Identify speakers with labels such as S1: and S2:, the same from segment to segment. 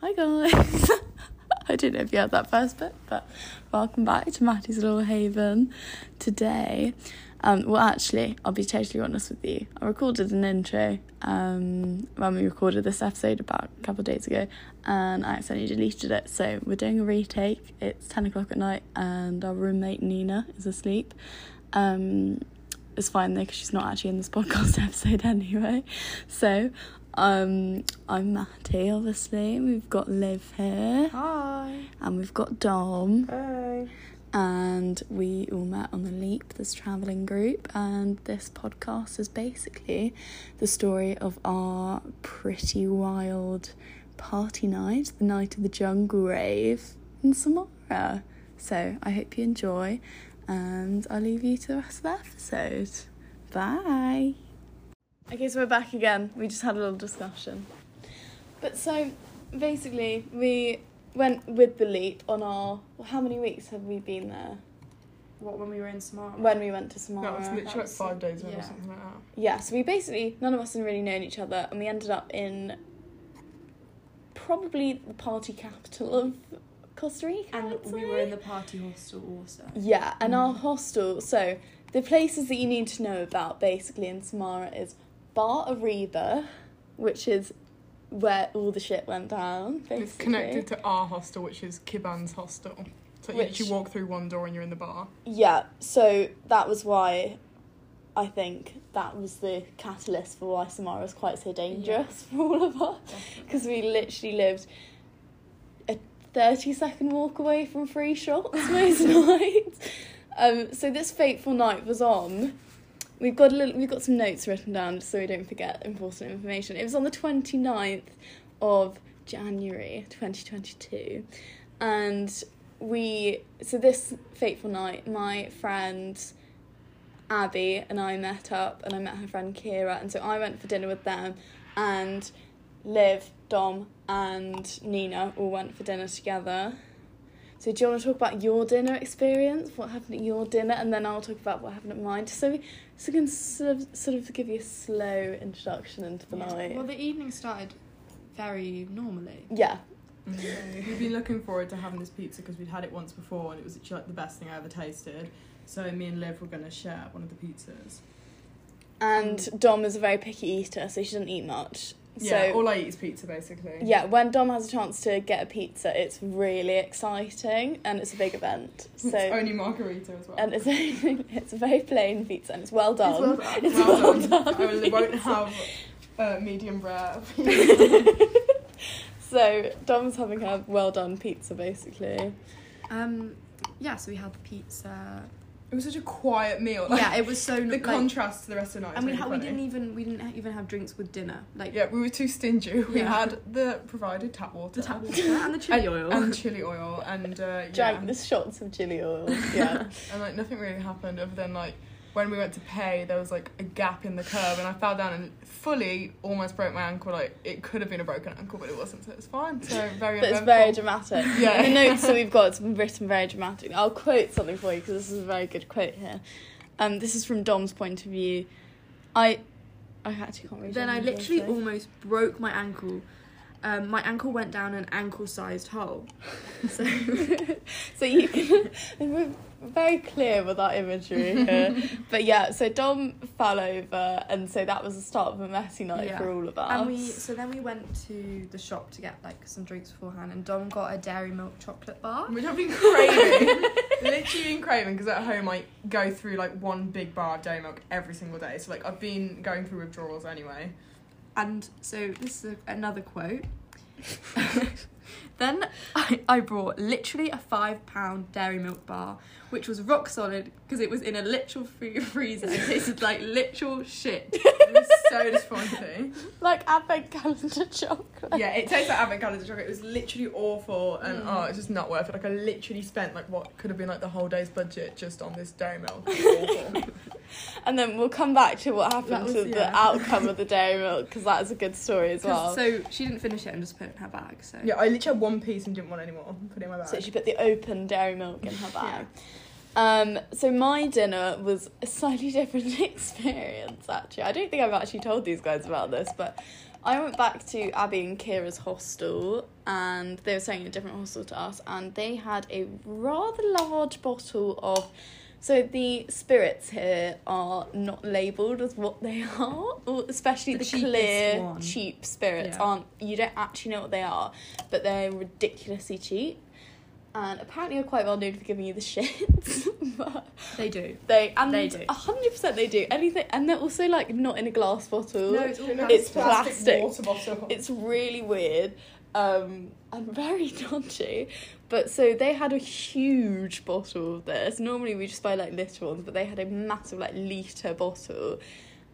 S1: Hi guys. I don't know if you heard that first bit, but welcome back to Maddie's Little Haven. Today, um, well, actually, I'll be totally honest with you. I recorded an intro um, when we recorded this episode about a couple of days ago, and I accidentally deleted it. So we're doing a retake. It's ten o'clock at night, and our roommate Nina is asleep. Um, it's fine though because she's not actually in this podcast episode anyway. So, um, I'm Matty, obviously. We've got Liv here,
S2: Hi.
S1: and we've got Dom,
S2: Hi.
S1: and we all met on the Leap, this traveling group, and this podcast is basically the story of our pretty wild party night, the night of the jungle rave in Samara. So, I hope you enjoy, and I'll leave you to the rest of the episode. Bye. Okay, so we're back again. We just had a little discussion. But so basically, we went with the leap on our. Well, how many weeks have we been there
S2: What when we were in Smart?
S1: when we went to
S3: That was
S1: Samara?
S3: literally like five days ago
S2: yeah.
S3: or something like that.
S1: Yeah, so we basically, none of us had really known each other, and we ended up in probably the party capital of Costa Rica.
S2: and
S1: I'd
S2: we
S1: say.
S2: were in the party hostel also.
S1: Yeah, and our hostel. So the places that you need to know about basically in Samara is Bar Arriba, which is where all the shit went down. Basically.
S3: It's connected to our hostel, which is Kiban's hostel. So you
S1: Which-
S3: literally walk through one door and you're in the bar.
S1: Yeah, so that was why I think that was the catalyst for why Samara was quite so dangerous for all of us because we literally lived a 30 second walk away from free shots most nights. Um, so this fateful night was on. We've got a little, we've got some notes written down just so we don't forget important information. It was on the 29th of January 2022 and we so this fateful night my friend Abby and I met up and I met her friend Kira and so I went for dinner with them and Liv, Dom and Nina all went for dinner together. So do you want to talk about your dinner experience? What happened at your dinner and then I'll talk about what happened at mine. Just So we so we can sort of sort of give you a slow introduction into the night.
S2: Well, the evening started very normally.
S1: yeah.
S3: We've been looking forward to having this pizza because we'd had it once before and it was actually like the best thing I ever tasted. So me and Liv were going to share one of the pizzas.
S1: And Dom is a very picky eater, so she doesn't eat much.
S3: yeah,
S1: so
S3: all I eat is pizza basically.
S1: Yeah, when Dom has a chance to get a pizza, it's really exciting and it's a big event. So
S3: It's only margarita as well.
S1: and it's a, it's a very plain pizza and it's well done.
S3: It's well done.
S1: It's
S3: well
S1: well
S3: done.
S1: done.
S3: I will- won't have uh, medium rare.
S1: so Dom's having her well done pizza basically.
S2: Um, yeah. So we had the pizza.
S3: It was such a quiet meal. Like,
S2: Yeah, it was so
S3: The
S2: like,
S3: contrast to the rest of the night. is
S2: And we
S3: really
S2: ha- we
S3: funny.
S2: didn't even we didn't even have drinks with dinner. Like
S3: Yeah, we were too stingy. We
S2: Yeah.
S3: had the provided tap water.
S2: the tap water and the chili oil.
S3: And chili oil and uh, yeah,
S1: Drank the shots of chili oil. Yeah.
S3: and like nothing really happened other than like when we went to pay, there was like a gap in the curb, and I fell down and fully almost broke my ankle. Like it could have been a broken ankle, but it wasn't, so it's fine. So very.
S1: But it's
S3: eventful.
S1: very dramatic.
S3: Yeah.
S1: The notes that we've got, it's written very dramatic. I'll quote something for you because this is a very good quote here. Um, this is from Dom's point of view. I, I actually can't read.
S2: then I
S1: Dom's
S2: literally
S1: writing.
S2: almost broke my ankle. Um, my ankle went down an ankle-sized hole. So
S1: so you can. We're very clear with our imagery here. but yeah, so Dom fell over, and so that was the start of a messy night
S2: Yeah.
S1: for all of us.
S2: And we so then we went to the shop to get like some drinks beforehand, and Dom got a dairy milk chocolate bar.
S3: Which I've been craving, literally been craving, because at home I go through like one big bar of dairy milk every single day. So like I've been going through withdrawals anyway.
S2: And so this is a, another quote. then I, I brought literally a five pound dairy milk bar, which was rock solid because it was in a literal free- freezer and tasted like literal shit.
S3: It was so disappointing.
S1: like advent calendar chocolate.
S3: Yeah, it tastes like advent calendar chocolate. It was literally awful, and
S1: Mm.
S3: oh, it's just not worth it. Like I literally spent like what could have been like the whole day's budget just on this dairy milk. It was awful.
S1: And then we'll come back to what happened
S2: That was-
S1: to the
S2: yeah.
S1: outcome of the dairy milk because that is a good story as
S2: 'Cause-
S1: well.
S2: So she didn't finish it and just put it in her bag. So
S3: yeah, I literally had one piece and didn't want any more. Put it in my bag.
S1: So she put the open dairy milk in her bag. Um, so my dinner was a slightly different experience actually. I don't think I've actually told these guys about this, but I went back to Abby and Kira's hostel, and they were staying in a different hostel to us, and they had a rather large bottle of. So the spirits here are not labelled as what they are, or especially the,
S2: The cheapest
S1: clear,
S2: one.
S1: cheap spirits
S2: Yeah.
S1: aren't. You don't actually know what they are, but they're ridiculously cheap, and apparently are quite well known for giving you the shits. but
S2: They do.
S1: they and
S2: They do.
S1: hundred percent they do anything, and they're also like not in a glass bottle.
S2: No, it's all
S1: It's plastic.
S3: water bottle.
S1: It's really weird um, and very dodgy. But so they had a huge bottle of this. Normally we just buy like litre ones, but they had a massive like litre bottle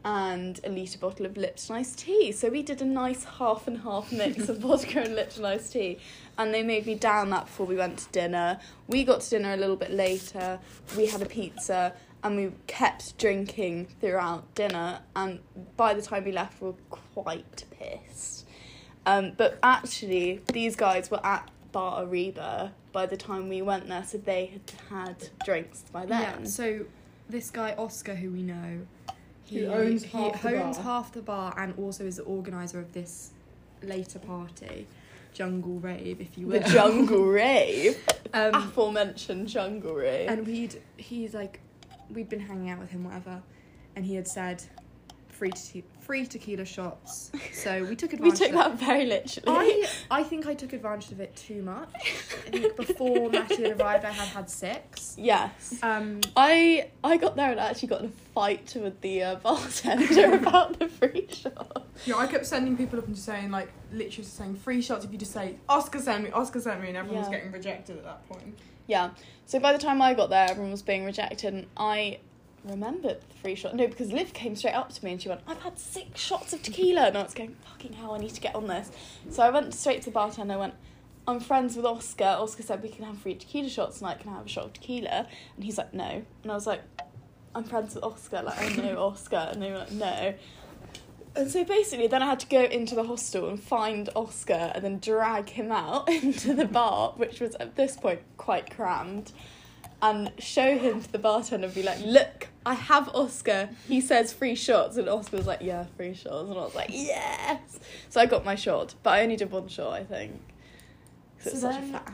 S1: and a litre bottle of Lipton iced tea. So we did a nice half and half mix of vodka and Lipton iced tea. And they made me down that before we went to dinner. We got to dinner a little bit later. We had a pizza and we kept drinking throughout dinner. And by the time we left, we were quite pissed. Um, but actually, these guys were at Bar Ariba by the time we went there, so they had had drinks by then.
S2: Yeah. So this guy Oscar, who we know, he
S3: Who owns
S2: he
S3: half the
S2: owns
S3: bar.
S2: half the bar and also is the organizer of this later party, jungle rave, if you
S1: the
S2: will.
S1: jungle rave,
S2: um,
S1: aforementioned jungle rave.
S2: and we'd he's like we'd been hanging out with him whatever, and he had said free te- free tequila shots. So we took
S1: we
S2: advantage.
S1: took
S2: of it.
S1: that very literally.
S2: I I think I took advantage of it too much. I think before Matthew had arrived, I had had six.
S1: yes.
S2: Um,
S1: I I got there and actually got in a fight with the uh, bartender about the free shot.
S3: Yeah, I kept sending people up and just saying like literally just saying free shots if you just say Oscar sent me, Oscar sent me, and everyone was
S1: Yeah.
S3: getting rejected at that point.
S1: Yeah. So by the time I got there, everyone was being rejected, and I remembered the free shot. No, because Liv came straight up to me and she went, I've had six shots of tequila. And I was going, fucking hell, I need to get on this. So I went straight to the bartender and I went, I'm friends with Oscar. Oscar said we can have free tequila shots tonight. Can I have a shot of tequila? And he's like, no. And I was like, I'm friends with Oscar. Like, I know Oscar. And they were like, no. And so basically, then I had to go into the hostel and find Oscar and then drag him out into the bar, which was at this point quite crammed, and show him to the bartender and be like, Look, I have Oscar. He says free shots. And Oscar was like, Yeah, free shots. And I was like, Yes. So I got my shot, but I only did one shot, I think. Because it's
S2: So
S1: such a
S2: then-
S1: faff.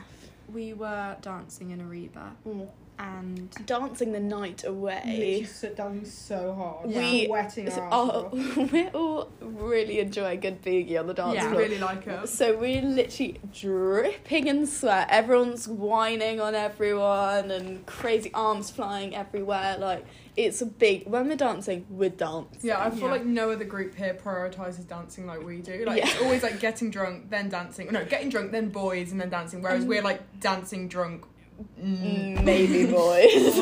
S2: we were dancing in Ariba
S1: Mm.
S2: and
S1: Dancing the night away.
S3: sit down so hard,
S2: Yeah.
S1: We-
S3: wetting
S1: So- oh, we're all really enjoying a good boogie on the dance
S2: Yeah.
S3: I
S1: floor.
S3: really like it.
S1: So we're literally dripping in sweat. Everyone's whining on everyone and crazy arms flying everywhere. Like it's a big when we're dancing, we're dancing.
S3: Yeah, I feel
S2: Yeah.
S3: like no other group here prioritizes dancing like we do. Like it's
S1: Yeah.
S3: always like getting drunk, then dancing. No, getting drunk, then boys, and then dancing. Whereas
S1: Um,
S3: we're like dancing drunk. Mm.
S1: Mm, Maybe boys.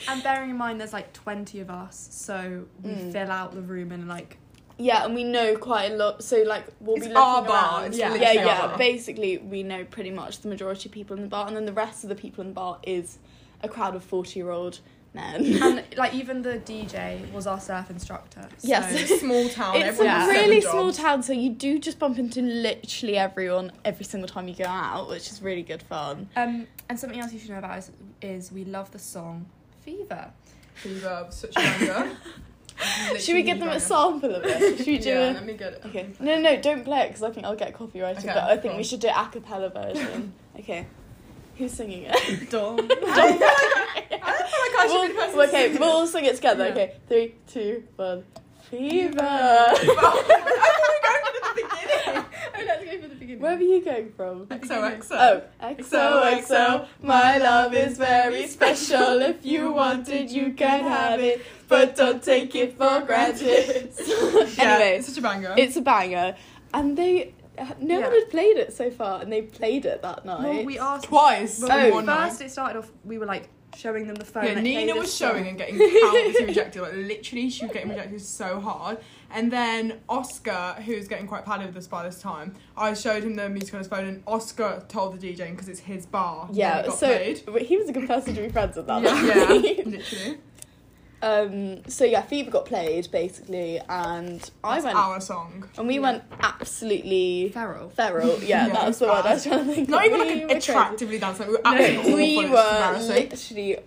S2: and bearing in mind there's like 20 of us so we
S1: Mm.
S2: fill out the room and like
S1: yeah, and we know quite a lot. So like we'll
S3: It's
S1: be looking
S3: our bar,
S1: around.
S3: it's
S1: yeah, yeah,
S3: literally our
S1: yeah.
S3: bar.
S1: Basically, we know pretty much the majority of people in the bar, and then the rest of the people in the bar is a crowd of forty-year-old men.
S2: and like even the dj was our surf instructor so
S1: Yes.
S3: Small town.
S1: It's
S3: everyone
S1: a
S3: has
S1: really
S3: seven
S1: small
S3: jobs.
S1: town, so you do just bump into literally everyone every single time you go out, which is really good fun.
S2: um and something else you should know about is, is we love the song fever
S3: Fever, such a banger.
S1: Should we give them a sample of it? Should we do
S3: yeah,
S1: it?
S3: let me get it.
S1: Okay. No, no, don't play it because I think I'll get copyrighted.
S3: Okay,
S1: but I think
S3: cool.
S1: we should do a cappella version. okay. Who's singing it?
S2: Dom.
S3: I feel like I should be the person
S1: We'll- okay,
S3: singing
S1: we'll all sing it together.
S2: Yeah.
S1: Okay, three, two, one. Fever.
S2: oh let's go for the beginning
S1: Where were you going from?
S3: XOXO.
S1: Oh, XOXO, my love is very special. If you want it, you can have it, but don't take it for granted.
S3: Yeah,
S1: Oh, anyway,
S3: it's such a banger.
S1: it's a banger, and they uh, no one
S2: Yeah.
S1: had played it so far, and they played it that night.
S2: well, we asked
S3: twice.
S2: well,
S1: Oh.
S3: in one night.
S2: first it started off we were like showing them the phone
S3: Yeah,
S2: like,
S3: Nina
S2: "Hey,
S3: was
S2: this
S3: showing
S2: song."
S3: and getting countlessly rejected. Like literally, she was getting rejected so hard. And then Oscar, who's getting quite padded with this by this time, I showed him the music on his phone, and Oscar told the DJ because it's his bar. that it
S1: yeah,
S3: got
S1: so
S3: played.
S1: but he was a good person to be friends with that
S3: yeah,
S1: night.
S3: yeah, literally.
S1: um, so yeah, Fever got played basically, and I
S3: That's
S1: went
S3: our song.
S1: and we
S2: Yeah.
S1: went absolutely
S2: feral
S1: feral. Yeah,
S3: Yeah,
S1: that's the
S3: bad.
S1: word I was trying to think. of.
S3: Not even
S1: We
S3: like
S1: were
S3: an
S1: crazy.
S3: attractively dancing. Like, we were absolutely
S1: we
S3: awful.
S1: were
S3: It's embarrassing.
S1: literally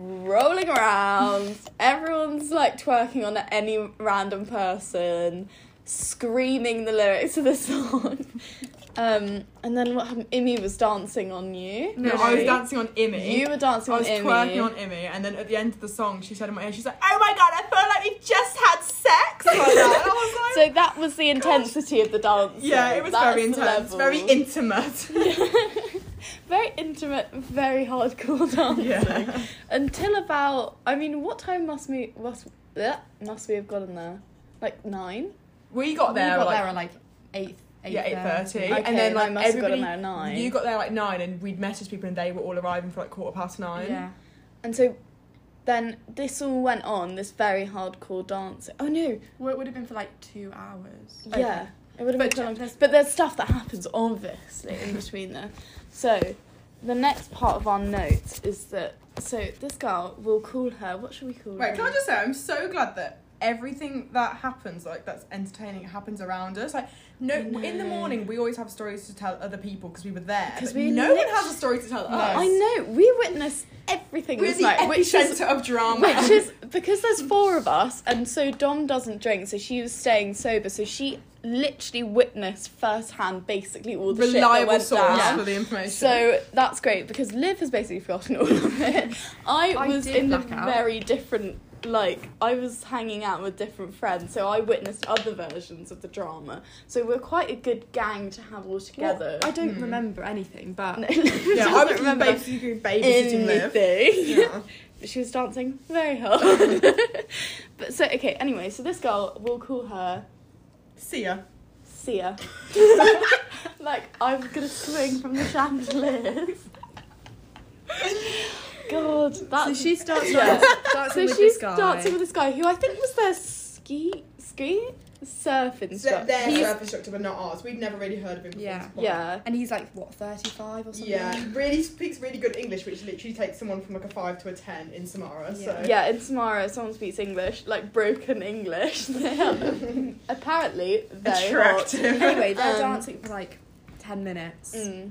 S1: rolling around. Everyone's like twerking on any random person. screaming the lyrics to the song. Um, and then what happened? Imi was dancing on you.
S3: No, I was dancing on Immy.
S1: You were dancing
S3: I was
S1: on Imi.
S3: twerking on Immy, and then at the end of the song, she said in my ear, she's like, "Oh my god, I feel like we just had sex." Like that. And I was like,
S1: so that was the intensity of the dance.
S3: "Yeah, it was
S1: That's
S3: very
S1: the
S3: intense,
S1: level.
S3: very intimate."
S1: very intimate, very hardcore dancing.
S3: yeah,
S1: Until about, I mean, what time must we must bleh, must we have gotten there? Like nine.
S3: we got there.
S4: got
S3: like,
S4: there at like eight.
S3: yeah, eight thirty,
S1: Okay,
S3: and then like
S1: I must have gotten
S3: everybody.
S1: there at nine.
S3: You got there like nine, and we'd message people, and they were all arriving for like quarter past nine.
S4: Yeah.
S1: And so then this all went on, this very hardcore dance. Oh no,
S2: Well, it would have been for like two hours.
S4: Okay.
S1: yeah. It would have
S2: But
S1: been too long.
S2: there's-
S1: But there's stuff that happens, obviously, in between there. So the next part of our notes is that. So this girl, we'll call her. What should we call
S3: Wait,
S1: her?
S3: can I just say I'm so glad that everything that happens, like that's entertaining, happens around us. Like no,
S1: I
S3: in the
S1: know.
S3: morning we always have stories to tell other people because we were there.
S1: 'Cause
S3: Because
S1: we
S3: no one
S1: lit-
S3: has a story to tell us.
S1: I know we witnessed everything
S3: We're
S1: this
S3: the
S1: night, which
S3: epicenter
S1: is
S3: of drama.
S1: Which is because there's four of us, and so Dom doesn't drink, so she was staying sober, so she literally witnessed firsthand basically all the shit that
S3: reliable
S1: went
S3: source
S1: down.
S3: for the information.
S1: So that's great because Liv has basically forgotten all of it. I,
S4: I
S1: was
S4: did
S1: in a
S4: black out.
S1: very different, like, I was hanging out with different friends, so I witnessed other versions of the drama. So we're quite a good gang to have all together.
S2: I don't
S3: Hmm.
S2: remember anything, but
S3: yeah, I was
S1: remember
S3: basically babysitting Liv.
S1: anything.
S3: Yeah.
S1: she was dancing very hard. but so okay, anyway, so this girl we'll call her
S3: See ya.
S1: Sia. like I'm gonna swing from the chandeliers. God,
S2: so
S1: that's
S2: she starts
S1: Yeah.
S2: dancing with
S1: so she's
S2: this guy.
S1: dancing with this guy who I think was their ski ski surf
S3: So
S1: instructor.
S3: their
S1: He's-
S3: surf instructor, but not ours. We'd never really heard of him. before
S2: Yeah.
S3: this point.
S1: yeah.
S4: And he's like what thirty five or something.
S3: Yeah, really speaks really good English, which literally takes someone from like a five to a ten in Samara. So
S4: Yeah.
S1: Yeah, in Samara, someone speaks English, like broken English. They are apparently very hot.
S3: attractive.
S4: Anyway, they're
S1: Um,
S4: dancing for like ten minutes.
S1: Mm.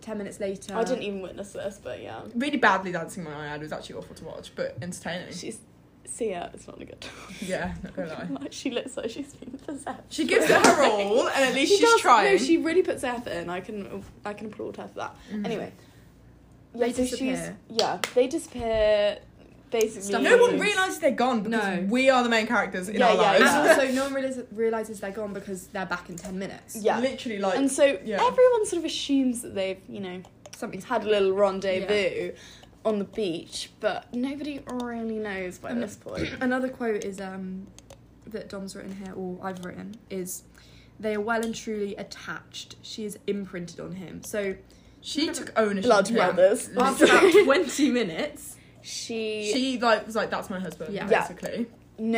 S4: Ten minutes later.
S1: I didn't even witness this, but yeah.
S3: really badly dancing my eye out. It was actually awful to watch, but entertaining.
S1: She's see her, it's not a good
S3: yeah, not gonna lie.
S1: like she looks like she's been possessed.
S3: She gives it her all, and at least she's
S1: does-
S3: trying.
S1: No, she really puts her effort in. I can I can applaud her for that.
S3: Mm.
S1: Anyway.
S4: They
S1: so
S4: disappear.
S1: yeah, they disappear basically.
S4: Stuff
S3: no one
S4: happens.
S3: realizes they're gone because
S2: No.
S3: we are the main characters in
S1: Yeah,
S3: our
S1: yeah,
S3: lives.
S4: And
S1: yeah.
S4: also, no one realizes, realizes they're gone because they're back in ten minutes.
S1: Yeah.
S3: Literally, like
S1: and so
S3: yeah.
S1: everyone sort of assumes that they've, you know,
S4: Something's
S1: had a little rendezvous on the beach, but nobody really knows by
S4: Um,
S1: this point.
S4: Another quote is um, that Dom's written here, or I've written, is they are well and truly attached. She is imprinted on him. So
S3: she took ownership.
S1: Blood
S3: of him.
S1: brothers.
S4: after about 20 minutes,
S1: She,
S3: She like was like, "That's my husband."
S4: Yeah.
S1: Yeah.
S3: basically.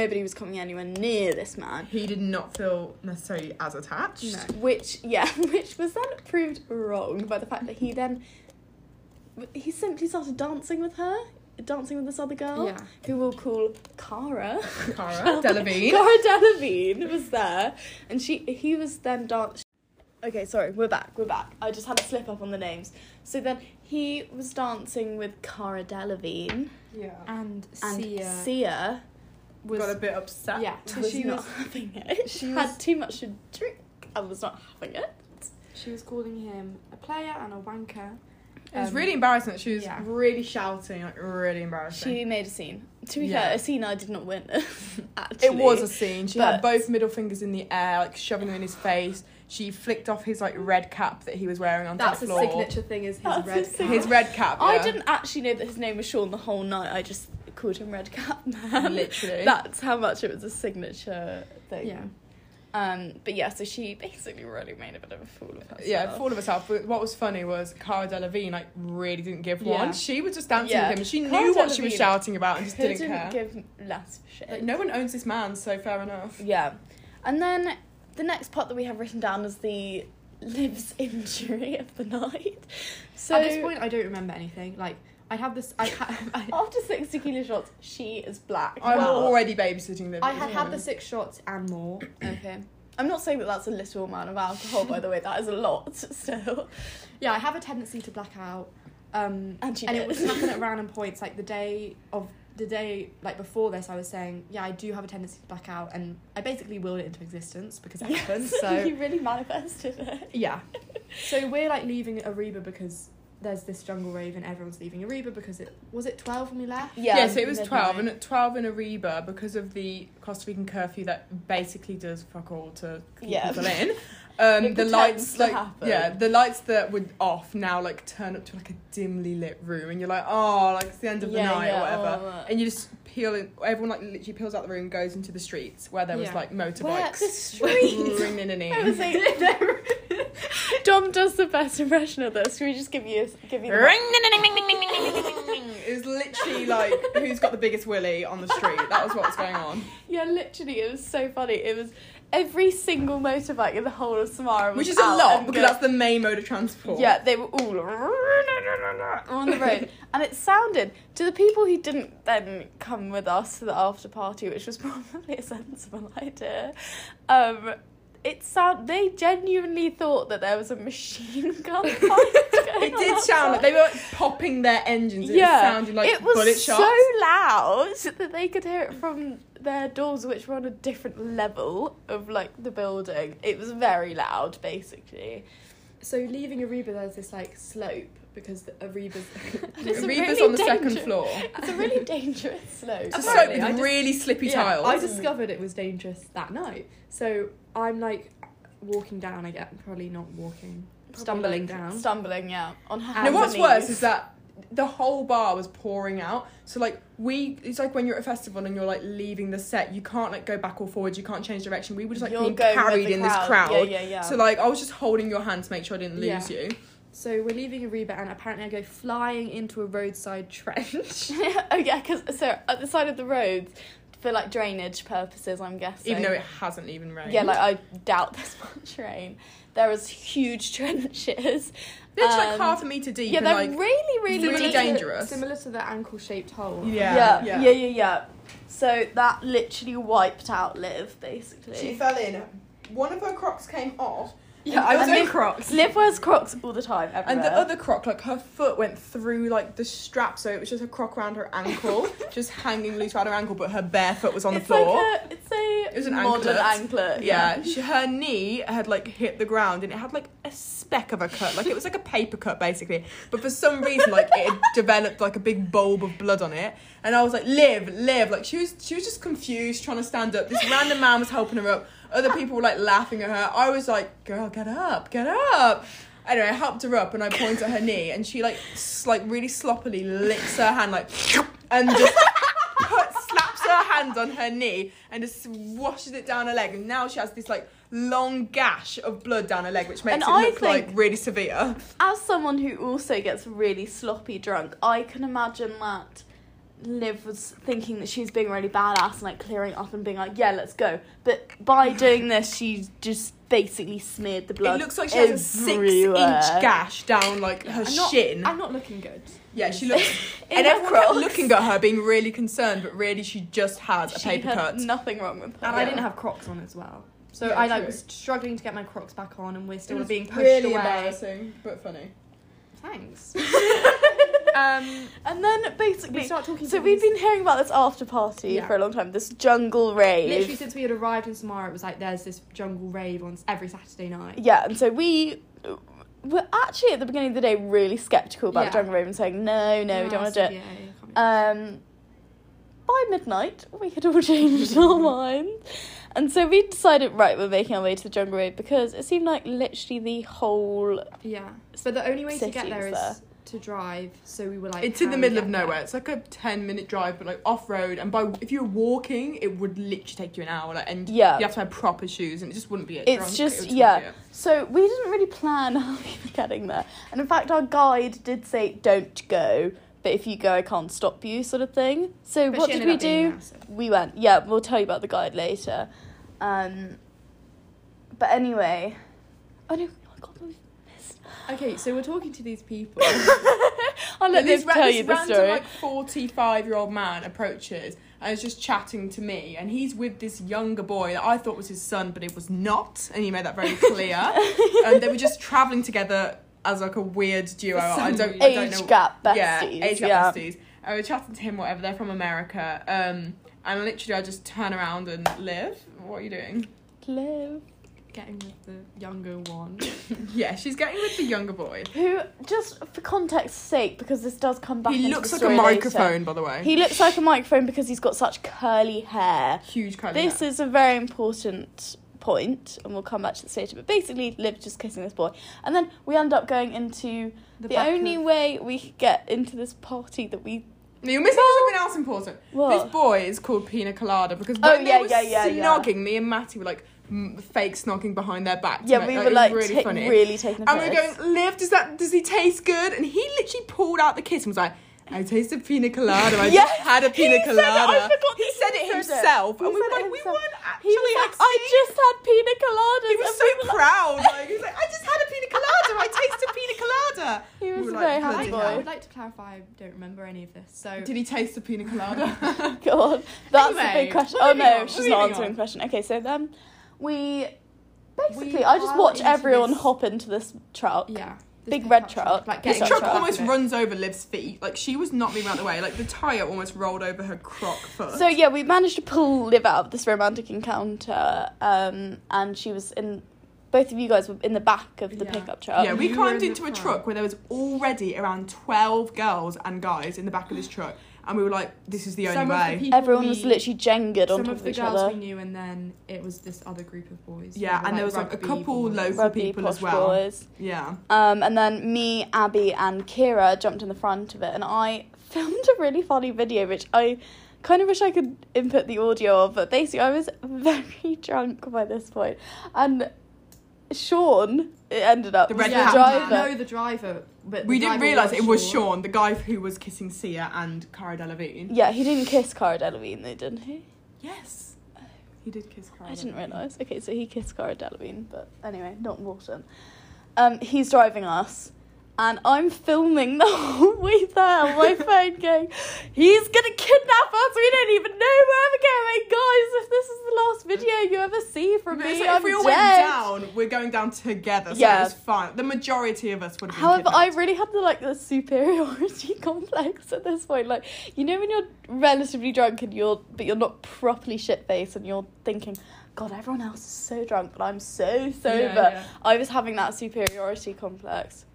S1: nobody was coming anywhere near this man.
S3: He did not feel necessarily as attached.
S4: No.
S1: which yeah which was then proved wrong by the fact that he then he simply started dancing with her dancing with this other girl
S4: Yeah.
S1: who we'll call Cara
S3: Cara Delevingne.
S1: Cara Delevingne was there and she he was then dance okay sorry we're back we're back I just had a slip up on the names so then he was dancing with Cara Delevingne
S3: Yeah,
S4: and,
S1: and
S4: Sia
S1: Sia
S4: was
S3: got a bit upset.
S4: yeah,
S1: was,
S4: she
S1: not
S4: was
S1: having it she
S4: she
S1: had
S4: was-
S1: too much to drink and was not having it
S4: she was calling him a player and a wanker.
S3: it was
S4: Um,
S3: really embarrassing. She was
S4: yeah.
S3: really shouting, like really embarrassing.
S1: She made a scene. To be
S3: Yeah.
S1: fair, a scene I did not witness. Actually,
S3: It was a scene. She had
S1: But-
S3: both middle fingers in the air, like shoving them in his face. She flicked off his like red cap that he was wearing on
S4: That's
S3: the
S4: a
S3: floor.
S4: signature thing. Is his
S1: That's
S4: red
S1: his
S4: card.
S3: His red cap.
S1: I
S3: yeah.
S1: didn't actually know that his name was Sean the whole night. I just called him Red Cap Man.
S3: Literally.
S1: That's how much it was a signature thing.
S4: Yeah.
S1: Um. But yeah, so she basically really made a bit of a fool of herself.
S3: Yeah, full of herself. But what was funny was Cara Delevingne like really didn't give
S4: Yeah.
S3: one. She was just dancing
S1: Yeah.
S3: with him. She
S1: Cara
S3: knew what she was
S1: Delevingne
S3: shouting about and just
S1: Couldn't
S3: didn't care.
S1: give less shit.
S3: Like, no one owns this man, so fair enough.
S1: Yeah. And then the next part that we have written down is the Liv's injury of the night. So
S4: At this point, I don't remember anything. Like I have this. I, ha- I,
S1: after six tequila shots, she is black.
S3: I'm
S1: Wow.
S3: already babysitting them.
S4: I had had the six shots and more.
S1: Okay. I'm not saying that that's a little amount of alcohol, by the way. That is a lot still.
S4: Yeah, I have a tendency to black out. Um,
S1: And she
S4: and
S1: did.
S4: it was happening at random points, like the day of the day like before this, I was saying, yeah, I do have a tendency to black out, and I basically willed it into existence because it happens. So
S1: you really manifested it.
S4: yeah, so we're like leaving Ariba because there's this jungle rave and everyone's leaving Ariba because it was it twelve when we left.
S1: Yeah.
S3: yeah, so it was
S1: midnight.
S3: 12, and at 12 in Ariba, because of the Costa Rican curfew that basically does fuck all to keep
S1: Yeah.
S3: people in, um,
S1: It
S3: the lights,
S1: pretends to
S3: like,
S1: happen.
S3: yeah, the lights that were off now, like, turn up to, like, a dimly lit room, and you're like, oh, like, it's the end of the
S1: Yeah,
S3: night or
S1: yeah,
S3: whatever.
S1: oh, uh,
S3: and you just peel in, everyone, like, literally peels out the room, goes into the streets where there was,
S4: Yeah.
S3: like,
S1: Where the
S3: motorbikes.
S1: street?
S3: Ringing and
S1: I was
S3: in.
S1: like, Dom does the best impression of this. Can we just give you give you?
S3: Ring, ding, ding, ding, ding, ding, ding, ding, ding, ding. It was literally like who's got the biggest willy on the street. That was what was going on.
S1: Yeah, literally, it was so funny. It was every single motorbike in the whole of Samara was
S3: Which is a
S1: out
S3: lot
S1: and
S3: because
S1: going-
S3: that's the main mode of transport.
S1: Yeah, they were all on the road. And it sounded to the people who didn't then come with us to the after party, which was probably a sensible idea, um, it sound they genuinely thought that there was a machine gun fight.
S3: It did sound like they were like, popping their engines. and it sounded like
S1: it was
S3: bullet shots.
S1: so loud that they could hear it from their doors, which were on a different level of like the building. It was very loud, basically.
S4: So leaving Ariba, there's this like slope because the Ariba's.
S1: It's
S3: Reba's
S1: a really
S3: on the second
S1: danger-
S3: floor.
S1: It's a really dangerous slope.
S3: It's a slope
S4: Apparently,
S3: with
S4: I just-
S3: really slippy
S4: Yeah,
S3: tiles.
S4: I discovered it was dangerous that night. So I'm like walking down. I get probably not walking, stumbling down.
S1: Stumbling, yeah. On hands
S3: no,
S1: and
S3: what's
S1: knees.
S3: worse is that the whole bar was pouring out. So like we, it's like when you're at a festival and you're like leaving the set, you can't like go back or forward. You can't change direction. We were just like
S1: You're
S3: being
S1: going with
S3: carried
S1: the
S3: in this crowd.
S1: Yeah, yeah, yeah.
S3: So like I was just holding your hand to make sure I didn't
S4: Yeah.
S3: lose you.
S4: so we're leaving Ariba, and apparently I go flying into a roadside trench.
S1: oh yeah, because so at the side of the road, for like drainage purposes, I'm guessing.
S3: Even though it hasn't even rained.
S1: yeah, like I doubt there's much rain. There was huge trenches.
S3: They're just, like
S1: um,
S3: half a meter deep.
S1: yeah,
S3: and,
S1: they're
S3: like,
S1: really, really,
S3: really
S1: deep.
S3: dangerous.
S4: Similar to the ankle-shaped hole.
S1: Yeah, yeah, yeah, yeah, So that literally wiped out Liv, basically.
S3: She fell in. One of her crocs came off.
S1: yeah,
S3: I was
S1: and
S3: in
S1: Liv-
S3: crocs.
S1: Liv wears Crocs all the time, everywhere.
S3: And the other croc, like her foot went through like the strap, so it was just a croc around her ankle, just hanging loose around her ankle, but her bare foot was on the
S1: it's
S3: floor.
S1: Like a, it's a
S3: It was an
S1: modern
S3: anklet.
S1: anklet.
S3: yeah, she, her knee had like hit the ground and it had like a speck of a cut, like it was like a paper cut basically. But for some reason, like it had developed like a big bulb of blood on it, and I was like, "Live, live!" Like she was, she was just confused, trying to stand up. This random man was helping her up. Other people were like laughing at her. I was like, "Girl, get up, get up!" Anyway, I helped her up and I pointed at her knee, and she like, s- like really sloppily licks her hand like, and just put, slaps her hand on her knee and just washes it down her leg. And now she has this like long gash of blood down her leg, which makes
S1: And
S3: it
S1: I
S3: look like
S1: think-
S3: really severe.
S1: As someone who also gets really sloppy drunk, I can imagine that Liv was thinking that she's being really badass and like clearing up and being like, yeah, let's go. But by doing this, she just basically smeared the blood.
S3: it looks like she has a
S1: everywhere.
S3: six-inch gash down like her
S4: I'm not-
S3: shin.
S4: I'm not looking good.
S3: yeah, she looks.
S1: In
S3: and
S1: her
S3: everyone kept
S1: Crocs.
S3: looking at her, being really concerned, but really she just has a
S1: She
S3: paper
S1: had
S3: cut.
S1: nothing wrong with her.
S4: And I didn't have Crocs on as well. So
S3: Yeah,
S4: I like
S3: true.
S4: was struggling to get my Crocs back on, and we're still being pushed
S3: really
S4: away.
S3: embarrassing, but funny.
S4: Thanks.
S3: Um,
S1: And then basically,
S4: We start talking
S1: so
S4: to
S1: we'd
S4: these-
S1: been hearing about this after party
S4: Yeah.
S1: for a long time. This jungle rave.
S4: Literally, since we had arrived in Samara, it was like there's this jungle rave on every Saturday night.
S1: yeah, and so we uh, were actually at the beginning of the day really skeptical about
S4: Yeah.
S1: jungle rave and saying no, no, we don't want to do it.
S4: Yeah, I can't remember.
S1: Um, by midnight, we had all changed our minds. And so we decided, right, we're making our way to the jungle road because it seemed like literally the whole.
S4: yeah. But the only way to get
S1: City
S4: there is
S1: was
S4: to drive. So we were like,
S3: it's in
S4: how
S3: the
S4: do we
S3: middle of
S4: get there?
S3: nowhere. It's like a ten-minute drive, but like off-road. And by if you were walking, it would literally take you an hour. Like, and
S1: Yeah.
S3: you have to have proper shoes, and it just wouldn't be. A
S1: It's
S3: drunk,
S1: just-
S3: it would
S1: yeah.
S3: be a-
S1: So we didn't really plan how we were getting there. And in fact, our guide did say, don't go, but if you go, I can't stop you, sort of thing. So
S4: But
S1: what
S4: she
S1: did
S4: ended
S1: we
S4: up being
S1: do?
S4: there, so-
S1: We went. Yeah, we'll tell you about the guide later. Um, but anyway. Oh no, oh God, we've missed.
S4: Okay, so we're talking to these people.
S1: I'll let
S3: this
S1: Liv
S3: ra-
S1: tell
S3: this
S1: you the
S3: random
S1: story.
S3: like forty-five-year-old man approaches and is just chatting to me, and he's with this younger boy that I thought was his son, but it was not, and he made that very clear. and they were just traveling together as like a weird duo. I don't, I don't know.
S1: age gap besties.
S3: Yeah, age gap besties. I was chatting to him, whatever, they're from America. Um, and literally, I just turn around and live. What are you doing?
S1: Live.
S4: Getting with the younger one.
S3: yeah, she's getting with the younger boy.
S1: Who, just for context's sake, because this does come back.
S3: he
S1: into
S3: looks
S1: the
S3: like a
S1: story later.
S3: microphone, by the way.
S1: He looks like a microphone because he's got such curly hair.
S3: Huge kind of.
S1: This is a very important point, and we'll come back to this later. But basically, Liv just kissing this boy, and then we end up going into the,
S4: back
S1: only
S4: of-
S1: way we could get into this party that we
S3: You missed out something else important.
S1: What?
S3: This boy is called Pina Colada because when
S1: Oh,
S3: they
S1: yeah,
S3: were
S1: yeah, yeah, yeah.
S3: snogging, me and Matty were like m- fake snogging behind their backs.
S1: yeah
S3: mate.
S1: we
S3: Like,
S1: were like
S3: it was really
S1: ta-
S3: funny.
S1: really taking. the
S3: and we were
S1: piss.
S3: going, Liv, does that does he taste good? And he literally pulled out the kiss and was like, I tasted pina colada. I
S1: Yes,
S3: just had a pina
S1: he said it, I
S3: colada.
S1: forgot
S3: he
S1: that
S3: said
S1: he said
S3: it
S1: it.
S3: himself,
S1: He
S3: and we were
S1: said it
S3: like, we
S1: himself.
S3: weren't
S1: He
S3: actually. "Oh,
S1: was like, I
S3: actually-"
S1: just had pina coladas.
S3: He was
S1: and
S3: so
S1: we were like-
S3: proud. Like, he was like, I just had a pina colada. I tasted pina colada.
S1: He
S3: We
S1: was
S3: were
S1: a
S3: like,
S1: very
S4: I,
S1: happy
S3: bloody
S4: I
S1: boy.
S4: would like to clarify. I don't remember any of this. So
S3: Did he taste the pina colada?
S1: Oh God, that's a
S4: Anyway,
S1: big question.
S3: we're
S1: Oh
S3: moving
S1: no,
S3: on,
S1: she's not
S3: we're moving
S1: answering
S3: on.
S1: the question. Okay, so then we basically,
S4: We
S1: I just
S4: pile
S1: watch
S4: into
S1: everyone
S4: this-
S1: hop into this truck.
S4: yeah, this
S1: Big
S4: pickup
S1: red truck.
S4: like
S1: This
S4: getting
S3: His
S1: Sorry,
S3: truck
S1: sorry.
S3: almost runs over Liv's feet. Like she was not moving out of the way. Like the tire almost rolled over her croc foot.
S1: So yeah, we managed to pull Liv out of this romantic encounter, um, and she was in. Both of you guys were in the back of the
S4: Yeah.
S1: pickup truck.
S3: yeah, we
S4: You were
S3: climbed
S4: in
S3: into
S4: the
S3: a
S4: front.
S3: truck where there was already around twelve girls and guys in the back of this truck, and we were like, "This is the only
S4: Some of the
S3: way."
S4: people
S1: Everyone was
S4: we-
S1: literally jengered on
S4: Some
S1: top
S4: of
S1: of
S4: the
S1: each
S4: girls
S1: other.
S4: we knew, and then it was this other group of boys.
S3: Yeah, and there was, like, a
S4: rugby
S3: couple
S4: boys.
S3: local-
S1: Rugby
S3: people as
S1: posh
S3: well.
S1: boys.
S3: yeah,
S1: Um, and then me, Abby, and Kira jumped in the front of it, and I filmed a really funny video, which I kind of wish I could input the audio of. But basically, I was very drunk by this point, and Sean it ended up
S3: The
S1: was
S3: red
S1: the
S3: cap
S1: driver.
S4: No, the driver. But the
S3: we didn't
S4: driver
S3: realize it was
S4: Sean.
S3: Sean, the guy who was kissing Sia and Cara Delevingne.
S1: Yeah, he didn't kiss Cara Delevingne, though, didn't he?
S3: Yes, he did kiss Cara.
S1: I didn't
S3: Delevingne.
S1: realise. Okay, so he kissed Cara Delevingne, but anyway, not Morton. Um, he's driving us, and I'm filming the whole way there on my phone going, he's gonna kidnap us, we don't even know where we're going, guys, if this is the last video you ever see from
S3: But
S1: me,
S3: it's like,
S1: I'm
S3: if we all
S1: dead.
S3: went down, we're going down together. So
S1: Yeah.
S3: it was fine. The majority of us would. have been
S1: However, I
S3: kidnapped.
S1: really had the like the superiority complex at this point. Like, you know when you're relatively drunk and you're but you're not properly shit faced and you're thinking, God, everyone else is so drunk, but I'm so sober.
S3: yeah.
S1: I was having that superiority complex.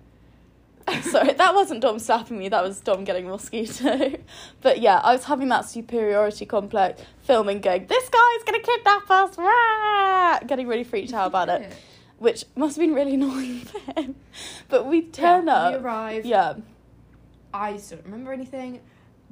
S1: Sorry, that wasn't Dom slapping me, that was Dom getting a mosquito. but yeah, I was having that superiority complex, filming, going, This guy's gonna kidnap us, rah! getting really freaked out about it which must have been really annoying for him. But we turn
S4: yeah, We
S1: up.
S4: arrived.
S1: yeah.
S4: I still don't remember anything.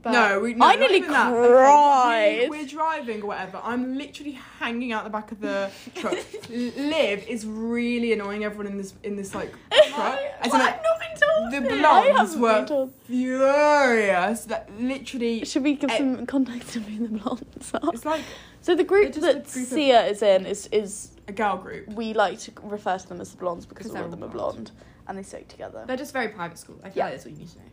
S4: But
S3: no, we, no,
S1: I
S3: not
S1: nearly
S3: even that.
S1: cried.
S3: we, we're driving or whatever. I'm literally hanging out the back of the truck. Liv is really annoying everyone in this in this like truck. As in, like,
S1: not been told.
S3: the
S1: this. I
S3: blondes
S1: haven't
S3: were
S1: been told.
S3: furious. That literally,
S1: Should we give
S3: Eh.
S1: some context of who the blondes are?
S3: it's like
S1: So the group
S4: They're just a
S1: that
S4: group of-
S1: Sia is in is is
S3: a girl group.
S1: we like to refer to them as the blondes because
S4: 'Cause
S1: all of
S4: they're
S1: them are
S4: blonde.
S1: blonde and they stick together.
S4: they're just very private school. I feel
S1: Yeah.
S4: like that's what you need to know.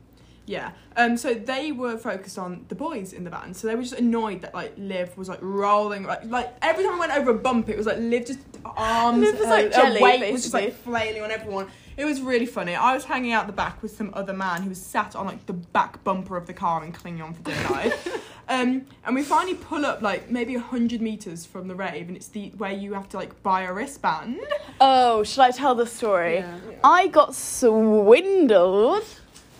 S3: Yeah. Um. So they were focused on the boys in the van. So they were just annoyed that like Liv was like rolling like like every time I went over a bump, it was like Liv just arms
S1: Liv was
S3: her-
S1: like
S3: her
S1: jelly,
S3: weight was just like
S1: basically.
S3: flailing on everyone. It was really funny. I was hanging out the back with some other man who was sat on like the back bumper of the car and clinging on for dear life. Um, and we finally pull up like maybe hundred meters from the rave, and it's the where you have to like buy a wristband.
S1: Oh, should I tell the story?
S4: Yeah.
S1: I got swindled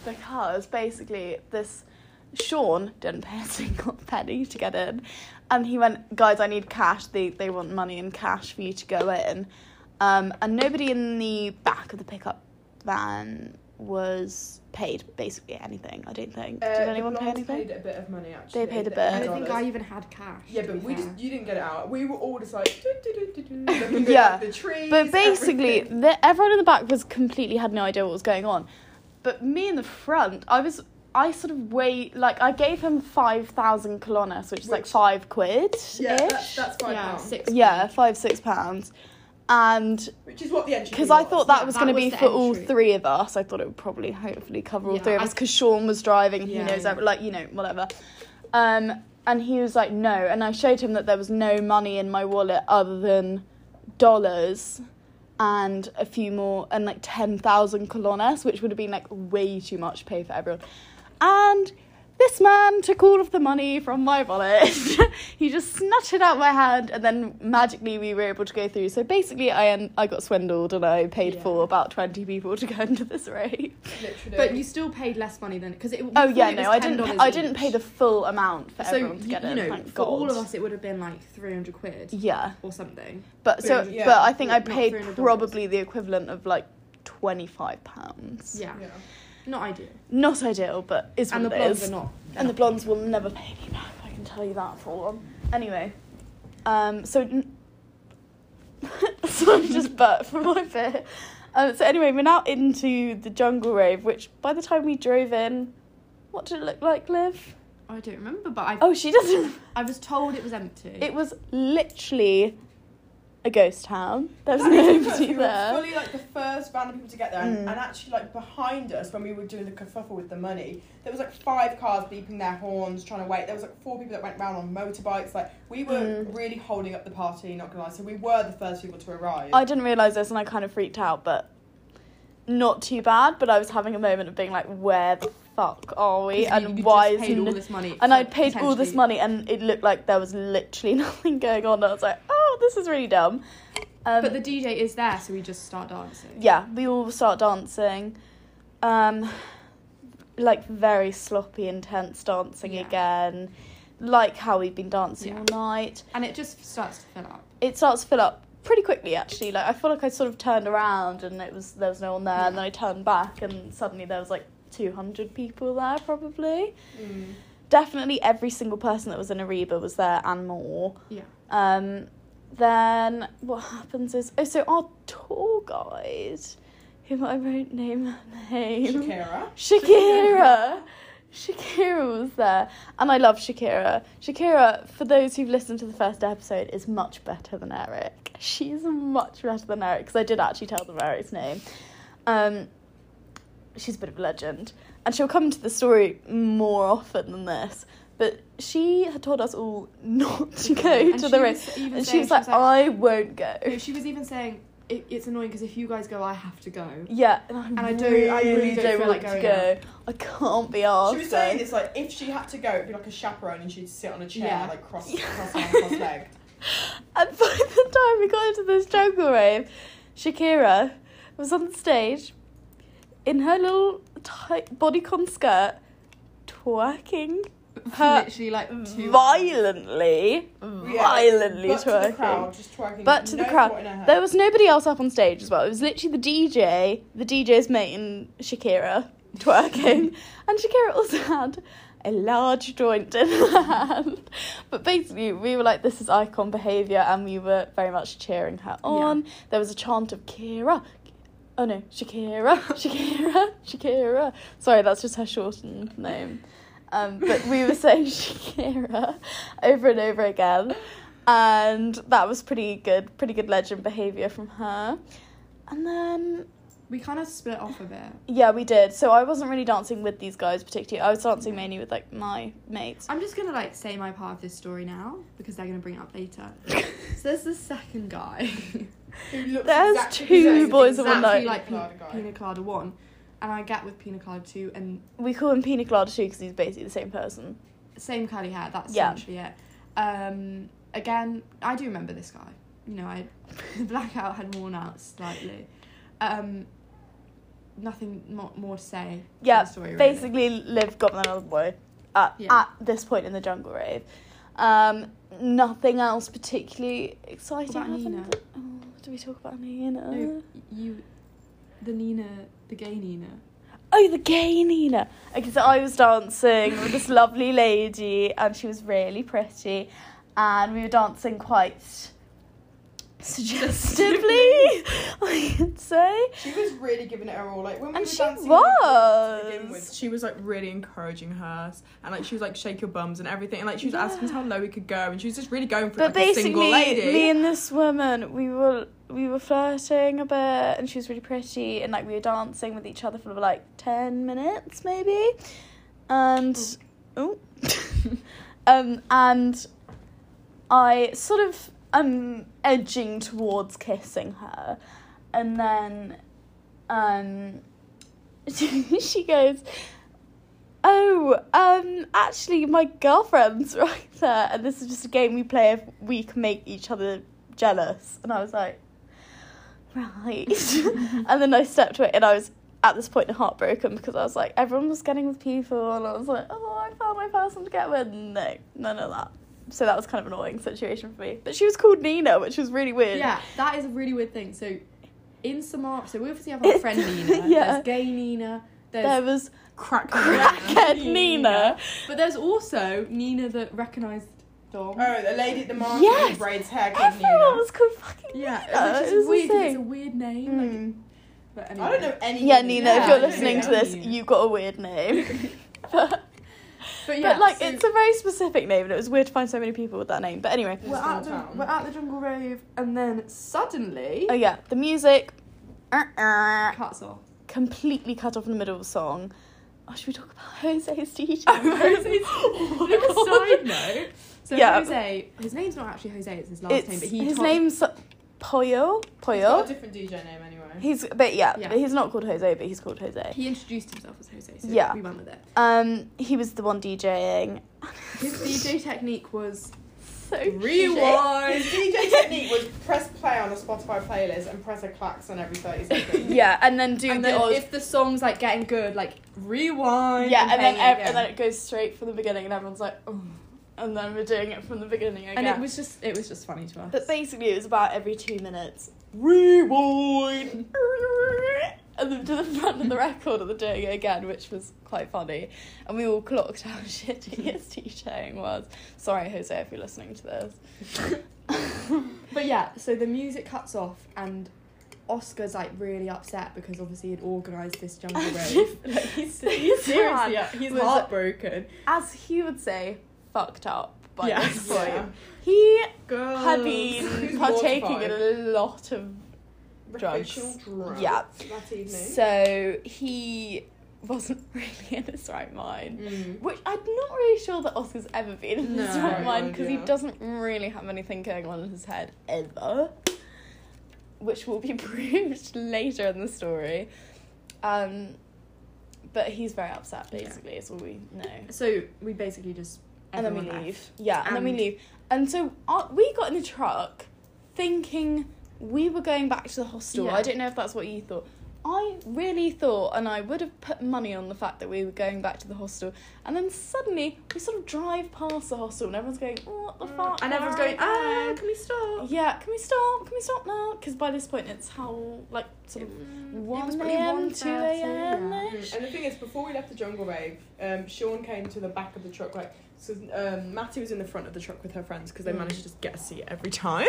S1: because basically this Sean didn't pay a single penny to get in, and he went, "Guys, I need cash. They they want money in cash for you to go in." Um, and nobody in the back of the pickup van was paid basically anything. I don't think. Did
S3: Uh,
S1: anyone pay anything?
S3: a bit of money
S1: They paid a bit.
S4: I
S1: I
S4: don't think I even had cash.
S3: Yeah,
S4: to
S3: but
S4: be
S3: we
S4: fair.
S3: just you didn't get it out. We were all just like do, do, do, do, do, looking at
S1: Yeah.
S3: the trees.
S1: But basically,
S3: everything.
S1: the, everyone in the back was completely had no idea what was going on. But me in the front, I was, I sort of way like I gave him five thousand colones, which is like
S3: Which-
S1: five quid ish.
S3: yeah, that, that's fine.
S4: yeah,
S3: now.
S4: six.
S1: Yeah, five six pounds, and
S3: which is what the entry
S1: because
S3: fee
S1: I thought that
S4: yeah,
S1: was
S4: that
S1: going to be
S4: was the
S1: for all
S4: entry.
S1: three of us. I thought it would probably hopefully cover all
S4: Yeah,
S1: three of
S4: I-
S1: us because Sean was driving. He
S4: Yeah,
S1: knows
S4: yeah.
S1: every, like you know whatever. Um, and he was like no, and I showed him that there was no money in my wallet other than dollars and a few more and like ten thousand colones, which would have been like way too much to pay for everyone. And This man took all of the money from my wallet. he just snatched it out my hand, and then magically we were able to go through. So basically, I en- I got swindled, and I paid
S4: Yeah.
S1: for about twenty people to go into this rave.
S3: Literally.
S4: But you still paid less money than because it.
S1: Oh
S4: before
S1: yeah,
S4: it was
S1: no, I didn't.
S4: $10
S1: I didn't
S4: each.
S1: pay the full amount for
S4: so
S1: everyone to
S4: you,
S1: get
S4: you
S1: in.
S4: know,
S1: thank
S4: for
S1: God.
S4: all of us, it would have been like three hundred quid
S1: Yeah,
S4: or something.
S1: but so,
S3: Yeah.
S1: but I think I
S4: Not
S1: paid
S4: $300.
S1: probably the equivalent of like twenty five pounds.
S4: Yeah,
S3: Yeah.
S4: not ideal.
S1: Not ideal, but is
S4: And the
S1: what it
S4: blondes
S1: is.
S4: are not.
S1: And the blondes will never pay me back. I can tell you that for one. Anyway, um, so n- so I'm just but for my bit. Um, so anyway, we're now into the jungle rave, which by the time we drove in, what did it look like, Liv?
S4: I don't remember, but I
S1: Oh, she doesn't.
S4: I was told it was empty.
S1: It was literally a ghost town. There was
S3: That is because
S1: nobody
S3: we were
S1: there.
S3: fully like the first band of people to get there, and,
S1: Mm.
S3: and actually like behind us when we were doing the kerfuffle with the money, there was like five cars beeping their horns, trying to wait. There was like four people that went round on motorbikes. Like we were
S1: Mm.
S3: really holding up the party, not gonna lie. So we were the first people to arrive.
S1: I didn't realise this and I kind of freaked out, but not too bad. But I was having a moment of being like, where the fuck are we?
S4: You-
S1: And
S4: you
S1: why
S4: just
S1: is
S4: paid all
S1: n-
S4: this money?
S1: and
S4: for
S1: I'd paid all this
S4: potentially-
S1: money, and it looked like there was literally nothing going on. I was like, "Oh, this is really dumb." Um,
S4: But the DJ is there, so we just start dancing.
S1: yeah, we all start dancing, um, like very sloppy, intense dancing
S4: Yeah.
S1: again, like how we've been dancing
S4: Yeah.
S1: all night.
S4: And it just starts to fill up.
S1: It starts to fill up pretty quickly, actually. Like I feel like I sort of turned around, and it was there was no one there, and then I turned back, and suddenly there was like two hundred people there, probably.
S3: Mm.
S1: Definitely every single person that was in Ariba was there and more.
S4: Yeah.
S1: Um, then what happens is oh, so our tour guide, whom I won't name her name,
S3: Shakira.
S1: Shakira. Shakira was there, and I love Shakira. Shakira, for those who've listened to the first episode, is much better than Eric. She's much better than Eric because I did actually tell them Eric's name. Um, she's a bit of a legend, and she'll come to the story more often than this. But she had told us all not to go to
S4: And she
S1: the
S4: was
S1: race,
S4: even
S1: and she
S4: saying-
S1: was like, "Oh." "I won't go."
S4: No, she was even saying it, it's annoying because if you guys go, I have to go.
S1: Yeah, and I,
S4: And I
S1: really,
S4: don't- I really
S1: don't,
S4: don't feel
S1: want
S4: like
S1: to
S4: going
S1: go. I can't be asked.
S3: She was saying it's like if she had to go, it'd be like a chaperone, and she'd sit on a chair
S4: Yeah.
S3: like cross,
S1: Yeah.
S3: cross, arm, cross leg.
S1: And by the time we got into this jungle rave, Shakira was on the stage in her little tight bodycon skirt, twerking her
S4: Literally like
S1: Mm,
S4: two.
S1: violently,
S3: Yeah.
S1: violently
S3: But to the
S1: twerking.
S3: crowd, just twerking.
S1: But to the
S3: no
S1: crowd.
S3: thought in her head.
S1: There was nobody else up on stage as well. It was literally the DJ, the DJ's mate, and Shakira twerking. and Shakira also had a large joint in her hand. But basically, we were like, this is icon behaviour, and we were very much cheering her on. There was a chant of Kira. Oh no, Shakira, Shakira, Shakira. Sorry, that's just her shortened name. Um, but we were saying Shakira over and over again and that was pretty good, pretty good legend behavior from her. And then
S4: We kind of split off a bit.
S1: yeah, we did. So I wasn't really dancing with these guys particularly. I was dancing mainly with like my mates.
S4: I'm just gonna like say my part of this story now because they're gonna bring it up later. so there's the second guy.
S3: Who looks
S1: There's
S3: exactly
S1: two
S3: the same,
S1: boys in one
S4: exactly
S1: night.
S4: like
S3: Pina
S4: Pina,
S3: Colada guy.
S4: Pina Colada one, and I get with Pina Colada two, and
S1: We call him Pina Colada too because he's basically the same person.
S4: same curly hair. That's
S1: Yeah.
S4: essentially it. Um, again, I do remember this guy. You know, I the blackout had worn out slightly. Um, nothing more, more to say. to
S1: Yeah,
S4: the story, really.
S1: Basically, Liv got with another boy at,
S4: Yeah.
S1: at this point in the jungle rave. Um, nothing else particularly exciting
S4: about
S1: happened.
S4: Nina?
S1: Oh, did we talk about Nina?
S4: No, you, the Nina, the gay Nina.
S1: Oh, the gay Nina. Okay, so I was dancing with this lovely lady, and she was really pretty, and we were dancing quite suggestively, I could say.
S3: She was really giving it her all. Like when we
S1: And
S3: were
S1: she
S3: dancing with the group to begin
S1: was.
S3: with, she was like really encouraging her, and like she was like shake your bums and everything, and like she was asking us
S1: Yeah.
S3: how low we could go, and she was just really going for
S1: But
S3: like, a single
S1: basically,
S3: lady.
S1: me and this woman, we were we were flirting a bit, and she was really pretty, and like we were dancing with each other for like ten minutes maybe, and oh, um, and I sort of am edging towards kissing her, and then um, she goes, Oh, um, actually, my girlfriend's right there, and this is just a game we play if we can make each other jealous. And I was like, right. and then I stepped away, and I was at this point heartbroken because I was like, everyone was getting with people, and I was like, oh, I found my person to get with. No, none of that. So that was kind of an annoying situation for me. But she was called Nina, which was really weird.
S4: Yeah, that is a really weird thing. So in Samara, so we obviously have our
S1: It's-
S4: friend Nina.
S1: yeah.
S4: There's gay Nina. There's
S1: There was
S3: Crack.
S1: crackhead
S4: Nina.
S1: Nina.
S4: But there's also Nina that recognised Dom.
S3: Oh, the lady at the market
S1: Yes.
S3: who braids hair called
S1: Everyone
S3: Nina.
S1: was called fucking
S4: yeah,
S1: Nina.
S4: which
S1: It was
S4: is
S1: a
S4: weird. 'cause It's a
S1: thing.
S4: weird name. Like,
S1: Mm.
S4: but anyway.
S3: I don't know any.
S1: Yeah, Nina,
S4: Yeah,
S1: if you're
S4: I don't
S1: listening
S4: know.
S1: to this,
S4: Nina.
S1: you got a weird name. but,
S4: But yeah,
S1: but like,
S4: so-
S1: it's a very specific name, and it was weird to find so many people with that name. But anyway,
S4: we're at, the,
S3: Town.
S4: we're at the jungle rave, and then suddenly
S1: oh yeah, the music uh-uh,
S4: cuts off.
S1: completely cut off in the middle of the song. Oh, should we talk about Jose's DJ?
S4: Oh, Jose's-
S1: Oh my
S4: Little
S1: God.
S4: side note. So
S1: Yeah.
S4: Jose, his name's not actually Jose; it's his last
S1: It's,
S4: name. But he
S1: his
S4: told-
S1: name's Poyo.
S3: It's got a
S1: Poyo.
S3: different DJ name anyway.
S1: He's but yeah,
S4: Yeah.
S1: but he's not called Jose, but he's called Jose.
S4: He introduced himself as Jose, so
S1: Yeah.
S4: we went with it.
S1: Um, he was the one DJing.
S4: His DJ technique was
S1: So
S4: rewind.
S3: DJ technique was press play on a Spotify playlist and press a klaxon every 30 seconds.
S1: Yeah, and then do
S4: And
S1: the
S4: then
S1: odd-
S4: if the song's like getting good, like rewind.
S1: yeah, and
S4: play
S1: then ev-
S4: it
S1: and then
S4: again.
S1: it goes straight from the beginning, and everyone's like, oh, and then we're doing it from the beginning again.
S4: and it was just it was just funny to us.
S1: but basically, it was about every two minutes. Rewind. And then to the front of the record, and they're doing it again, which was quite funny. And we all clocked how shitty his DJing was. Sorry, Jose, if you're listening to this.
S4: But yeah, so the music cuts off and Oscar's like really upset because obviously he'd organised this jungle rave. like he's, he's seriously up- he's
S1: Was-
S4: heartbroken.
S1: As he would say, fucked up by
S4: Yes.
S1: this point.
S3: Yeah.
S1: He
S3: Girl.
S1: had been
S3: Who's
S1: partaking in
S3: mortified?
S1: a lot of drugs.
S3: Recreational drugs.
S1: Yeah.
S3: That evening.
S1: So he wasn't really in his right mind.
S3: Mm.
S1: Which I'm not really sure that Oscar's ever been in his
S4: No.
S1: right mind because
S3: Yeah.
S1: he doesn't really have anything going on in his head ever. Which will be proved later in the story. Um, but he's very upset,
S4: Yeah.
S1: basically, is all we know.
S4: So we basically just
S1: And then we
S4: everyone
S1: leave.
S4: left.
S1: Yeah, and, then
S4: And-
S1: we leave. And so uh, we got in the truck thinking we were going back to the hostel.
S4: Yeah.
S1: I don't know if that's what you thought. I really thought, and I would have put money on the fact that we were going back to the hostel. And then suddenly we sort of drive past the hostel, and everyone's going, "What the fuck?"
S4: Mm. And everyone's
S1: Where
S4: going,
S1: are
S4: ah,
S1: we
S4: can we stop?
S1: going?" Yeah, can we stop? Can we stop now? Because by this point it's how like sort of
S4: Mm. It was
S1: one
S4: probably
S1: a.m., two
S4: 1:30,
S1: a.m.
S4: yeah.
S1: ish.
S3: And the thing is, before we left the jungle rave, um, Sean came to the back of the truck. Like, so um, Matty was in the front of the truck with her friends because they
S1: Mm.
S3: managed to just get a seat every time.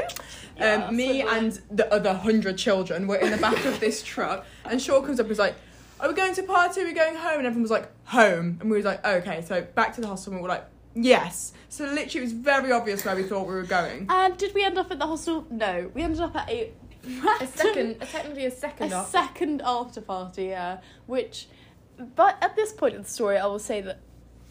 S1: Yeah,
S3: um, me
S1: so the-
S3: and the other hundred children were in the back of this truck, and Sean comes up and is like, "Are we going to party? Are we going home?" And everyone was like, "Home," and we were like, "Okay." So back to the hostel, and we were like, "Yes." So literally, it was very obvious where we thought we were going.
S1: And did we end up at the hostel? No, we ended up at a
S4: A second, a technically a second.
S1: a
S4: after.
S1: second after party, yeah. Which, but at this point in the story, I will say that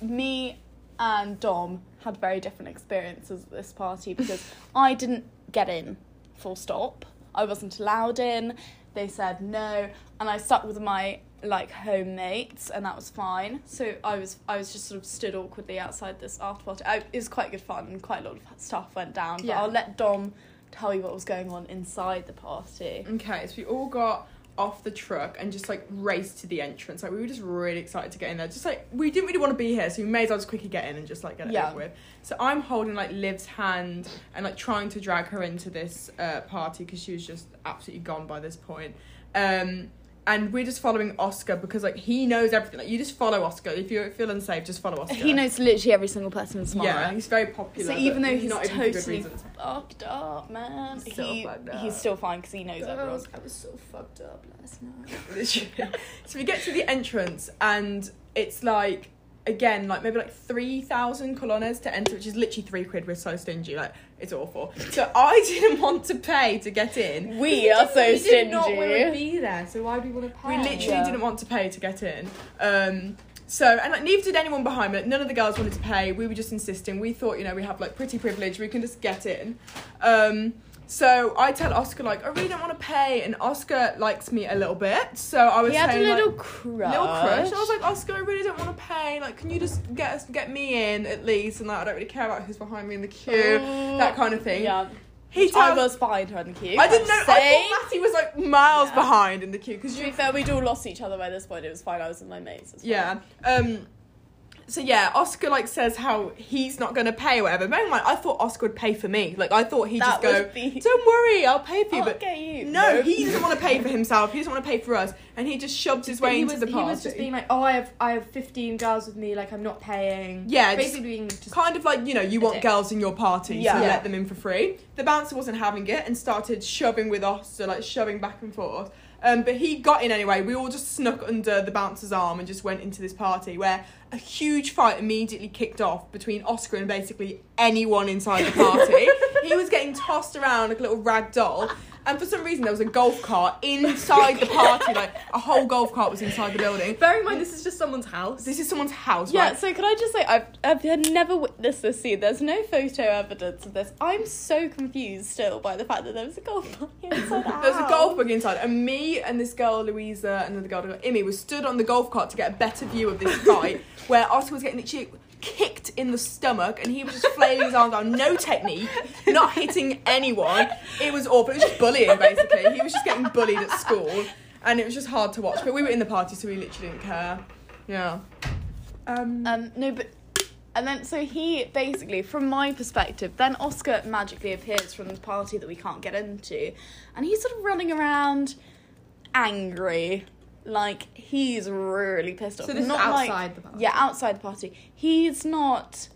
S1: me and Dom had very different experiences at this party because I didn't get in, full stop. I wasn't allowed in. They said no, and I stuck with my like homemates, and that was fine. So I was I was just sort of stood awkwardly outside this after party. I, it was quite good fun, and quite a lot of stuff went down. But
S4: Yeah.
S1: I'll let Dom tell you what was going on inside the party.
S3: Okay, so we all got off the truck and just like raced to the entrance. Like we were just really excited to get in there. Just like we didn't really want to be here, so we may as well just quickly get in and just like get it
S1: Yeah.
S3: over with. So I'm holding like Liv's hand and like trying to drag her into this uh, party because she was just absolutely gone by this point. Um, and we're just following Oscar because like he knows everything. Like you just follow Oscar if you feel unsafe, just follow Oscar.
S1: He knows literally every single person in
S3: Yeah,
S1: Samara.
S3: he's very popular.
S1: So even
S3: but
S1: though he's
S3: not even for good
S1: totally
S3: reasons.
S1: fucked up, man,
S3: Still
S1: he,
S3: fucked up.
S1: he's still fine because he knows everyone.
S4: Girls, I was so fucked up last night.
S3: Literally. so we get to the entrance and it's like again like maybe like 3000 colones to enter which is literally three quid we're so stingy like it's awful so i didn't want to pay to get in
S1: We are so
S4: we did not want to
S1: stingy.
S4: be there, so why do we want to pay?
S3: we literally
S1: Yeah.
S3: didn't want to pay to get in um so and like neither did anyone behind me like, none of the girls wanted to pay we were just insisting we thought you know we have like pretty privilege we can just get in um So I tell Oscar like, I really don't want to pay, and Oscar likes me a little bit. So I was
S1: he had a
S3: saying like,
S1: little crush.
S3: little crush. And I was like, Oscar, I really don't want to pay. Like, can you just get us get me in at least? And like, I don't really care about who's behind me in the queue,
S1: Mm.
S3: that kind of thing.
S1: Yeah.
S3: He
S1: I
S3: tells. I,
S1: was behind her in the queue.
S3: didn't know. I
S1: Same.
S3: thought Matty was like miles
S1: Yeah.
S3: behind in the queue because
S1: To
S3: you
S1: be fair, we'd all lost each other by this point. It was fine. I was with my mates. As well.
S3: Yeah. Um. So yeah, Oscar like says how he's not gonna pay or whatever. Bear in mind, I thought Oscar would pay for me. Like I thought he'd
S1: That
S3: just go,
S1: would be-
S3: "Don't worry, I'll pay for you."
S4: Oh,
S1: I'll
S3: but
S1: get you.
S3: no,
S1: Nope.
S3: he doesn't want to pay for himself. He doesn't want to pay for us, and he just shoves his way
S4: he
S3: into
S4: was,
S3: the
S4: he
S3: party.
S4: was just being like, oh, I have I have 15 girls with me, like I'm not paying.
S3: Yeah, just-
S4: basically being just
S3: kind of like you know you
S4: A
S3: want
S4: dick.
S3: girls in your party,
S1: Yeah.
S3: so
S4: Yeah.
S3: let them in for free. The bouncer wasn't having it and started shoving with Oscar, like shoving back and forth. Um, but he got in anyway. We all just snuck under the bouncer's arm and just went into this party where a huge fight immediately kicked off between Oscar and basically anyone inside the party. he was getting tossed around like a little rag doll. And for some reason, there was a golf cart inside the party. Like a whole golf cart was inside the building.
S2: Bearing in mind, this is just someone's house.
S3: This is someone's house,
S1: Yeah,
S3: right?
S1: so could I just say I've I've had never witnessed this scene. There's no photo evidence of this. I'm so confused still by the fact that there was a golf ball inside the
S3: There was a
S1: house.
S3: golf bug inside, and me and this girl Louisa and another girl Imi was stood on the golf cart to get a better view of this fight, where Oscar was getting literally kicked in the stomach, and he was just flailing his arms down, no technique, not hitting anyone. It was awful. It was just bullying basically. He was just getting bullied at school, and it was just hard to watch. But we were in the party, so we literally didn't care. Yeah. Um.
S1: Um, no, but and then so he basically, from my perspective, then Oscar magically appears from this party that we can't get into, and he's sort of running around, angry, like he's really pissed off.
S2: this is
S1: Not like-
S2: outside the party?
S1: Yeah, outside the party. He's not
S3: is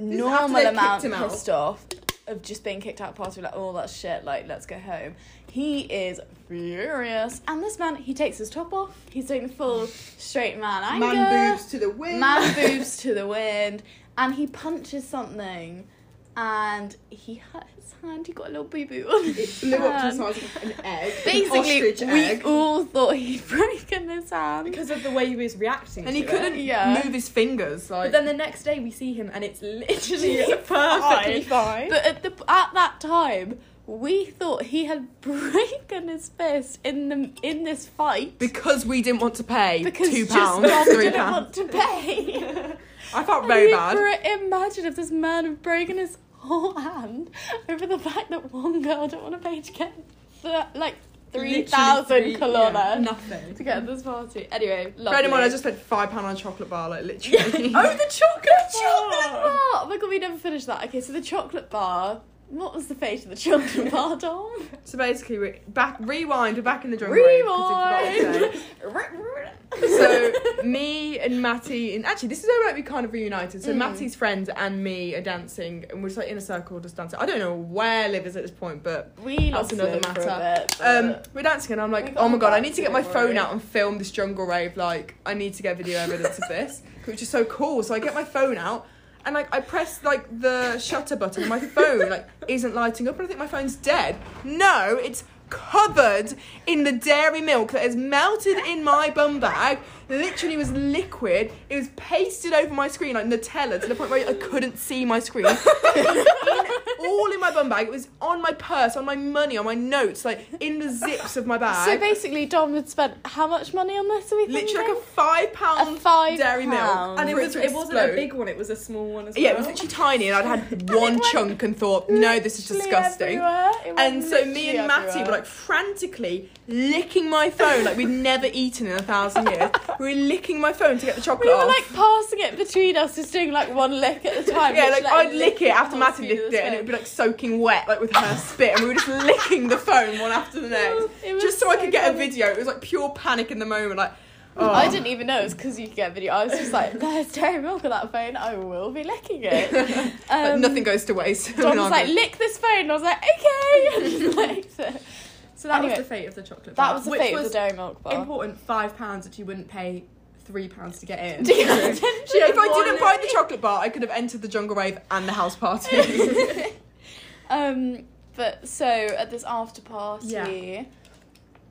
S3: after
S1: normal
S3: they've
S1: amount
S3: kicked him out.
S1: pissed off of just being kicked out of the party. Like, oh, that's shit. Like, let's go home. He is furious, and this man, he takes his top off. He's doing the full straight man anger.
S3: to the wind.
S1: Man boobs to the wind, and he punches something, and he hurt his hand. He got a little boo boo on his hand.
S3: of an egg.
S1: Basically, we all thought he'd broken his hand.
S2: because of the way he was reacting.
S3: And he
S2: to it.
S3: couldn't
S1: Yeah.
S3: move his fingers. Like
S2: But then the next day we see him, and it's literally perfectly
S1: fine.
S2: fine.
S1: But at the at that time, we thought he had broken his fist in the in this fight
S3: because we didn't want to pay
S1: because
S3: two
S1: just
S3: pounds,
S1: Rob
S3: three
S1: didn't
S3: pounds.
S1: want to pay.
S3: I felt
S1: Can
S3: very
S1: you
S3: bad.
S1: br- imagine if this man had broken his whole hand over the fact that one girl didn't want to pay to get th- like
S2: Literally
S1: 3,000
S2: three- yeah,
S1: kolonas
S2: nothing.
S1: to get this party. Anyway, lovely.
S3: Bear in mind, I just spent five pound on a chocolate bar, like literally.
S2: Oh, the chocolate
S1: Chocolate bar! Oh my god, we never finished that. Okay, so the chocolate bar. What was the fate of the chocolate bar, Dom?
S3: so basically, we're back. Rewind. We're back in the drunk room 'cause we forgot
S1: Rewind!
S3: to say. so me and Matty and actually this is where like we kind of reunited. So
S1: Mm.
S3: Matty's friends and me are dancing, and we're just like in a circle just dancing. I don't know where Liv is at this point, but
S1: we lost
S3: another
S1: another matter. For a
S3: matter.
S1: bit, but-
S3: Um, we're dancing and I'm
S1: We
S3: like,
S1: got
S3: oh my
S1: on
S3: god, I
S1: Uh, back
S3: need
S1: to
S3: to get
S1: it,
S3: my phone
S1: Rory.
S3: out and film this jungle rave. Like, I need to get video evidence of this, which is so cool. So I get my phone out and like I press like the shutter button. My phone like isn't lighting up, and I think my phone's dead. No, it's covered in the dairy milk that has melted in my bum bag. Literally was liquid. It was pasted over my screen like Nutella to the point where I couldn't see my screen all in my bum bag. It was on my purse, on my money, on my notes, like in the zips of my
S1: so
S3: bag.
S1: basically, Dom had spent how much money on this? Are we
S3: literally
S1: thinking?
S3: like a five pound
S1: A five
S3: dairy
S1: pound.
S3: milk,
S2: And it
S3: for
S2: was
S3: to
S2: it wasn't a
S3: explode.
S2: big one, it was a small one as well.
S3: Yeah, it was literally tiny, and I'd had one
S1: went
S3: chunk and thought, no, this is
S1: Literally
S3: disgusting.
S1: everywhere. It went
S3: And so me
S1: literally
S3: and Matty
S1: everywhere.
S3: were like frantically licking my phone like we'd never eaten in a thousand years. We were licking my phone to get the chocolate
S1: We were
S3: off.
S1: like passing it between us, just doing like one lick at a time.
S3: yeah,
S1: which, oh,
S3: like, I'd lick it after
S1: the
S3: Matty
S1: speed of
S3: licked
S1: the
S3: it, and it would
S1: spoon.
S3: be like soaking wet, like with her spit, and we were just licking the phone one after the next.
S1: It Oh, was
S3: just so, I could get
S1: funny.
S3: a video. It was like pure panic in the moment, like. Oh.
S1: I didn't even know it was because you could get video. I was just like, there's dairy milk on that phone. I will be licking it.
S3: Like,
S1: Um,
S3: nothing goes to waste.
S1: Dom was
S3: in our
S1: like,
S3: group.
S1: lick this phone. and I was like, okay. And just licked it.
S2: so that
S1: anyway,
S2: was the fate of the chocolate bar.
S1: That was the
S2: which
S1: fate of
S2: was
S1: the dairy milk bar.
S2: important five pounds that you wouldn't pay three pounds to get in.
S1: Yeah,
S3: if I didn't buy the chocolate bar, I could have entered the jungle rave and the house party.
S1: um, but so at this after party,
S2: Yeah.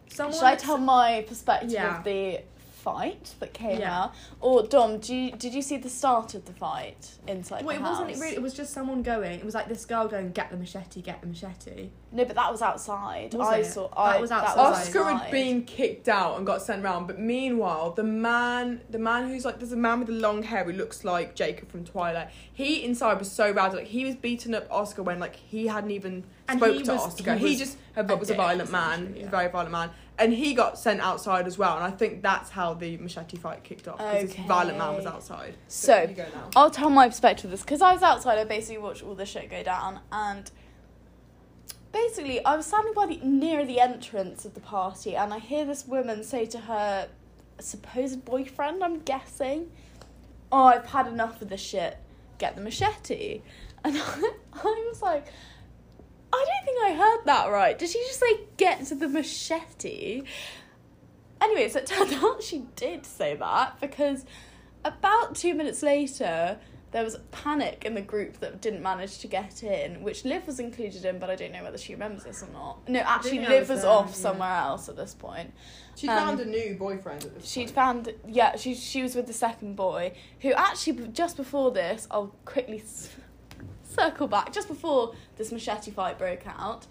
S2: Someone
S1: should I tell my perspective
S2: Yeah.
S1: of the fight that came
S2: Yeah.
S1: out. Or Dom, do you, did you see the start of the fight inside
S2: Well, it
S1: the house?
S2: wasn't it really. It was just someone going. It was like this girl going, "Get the machete, get the machete."
S1: No, but that was outside.
S2: Was
S1: I
S2: it?
S1: saw.
S2: That
S1: I,
S2: was outside.
S3: Oscar had
S1: outside.
S3: been kicked out and got sent round, but meanwhile, the man, the man who's like, there's a man with the long hair who looks like Jacob from Twilight. He inside was so bad, like he was beating up Oscar when like he hadn't even
S2: And
S3: spoke
S2: he
S3: to
S2: was-
S3: Oscar.
S2: he
S3: He,
S2: was
S3: just uh,
S2: a
S3: was a
S2: dick,
S3: violent man,
S2: essentially,
S3: he's a
S2: yeah.
S3: very violent man, and he got sent outside as well. And I think that's how the machete fight kicked off because this violent man was
S1: Okay.
S3: outside.
S1: So, um,
S3: you go now.
S1: I'll tell my perspective of this because I was outside. I basically watched all this shit go down, and basically, I was standing by the near the entrance of the party, and I hear this woman say to her supposed boyfriend, I'm guessing, "Oh, I've had enough of this shit. Get the machete." And I, I was like. I don't think I heard that right. Did she just say get to the machete? Anyway, so it turned out she did say that because about two minutes later, there was panic in the group that didn't manage to get in, which Liv was included in, but I don't know whether she remembers this or not. No, actually,
S2: think I was
S1: Liv was
S2: there,
S1: off
S2: um, yeah.
S1: somewhere else at this point.
S3: she
S1: um,
S3: found a new boyfriend at this
S1: She'd
S3: point.
S1: found, yeah, she, she was with the second boy, who actually, b- just before this, I'll quickly s- circle back, just before this machete fight broke out,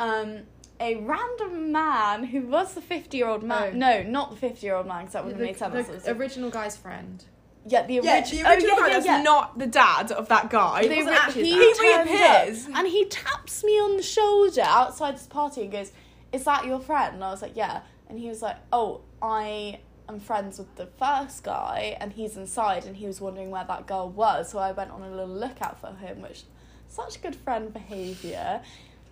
S1: um, a random man who was the 50 year old man,
S4: Oh.
S1: no, not the 50 year old man, because that wouldn't make sense. it was
S4: the
S1: a-
S4: original guy's friend.
S1: yeah, the,
S3: yeah,
S1: origi-
S3: the
S1: oh,
S3: original guy that's not the dad of that guy.
S1: They
S4: wasn't
S1: re-
S4: actually
S1: he
S3: that. He
S1: turned
S3: reappears.
S1: up and he taps me on the shoulder outside this party and goes, "Is that your friend?" And I was like, "Yeah." And he was like, "Oh, I am friends with the first guy, and he's inside, and he was wondering where that girl was, so I went on a little lookout for him, which such good friend behavior."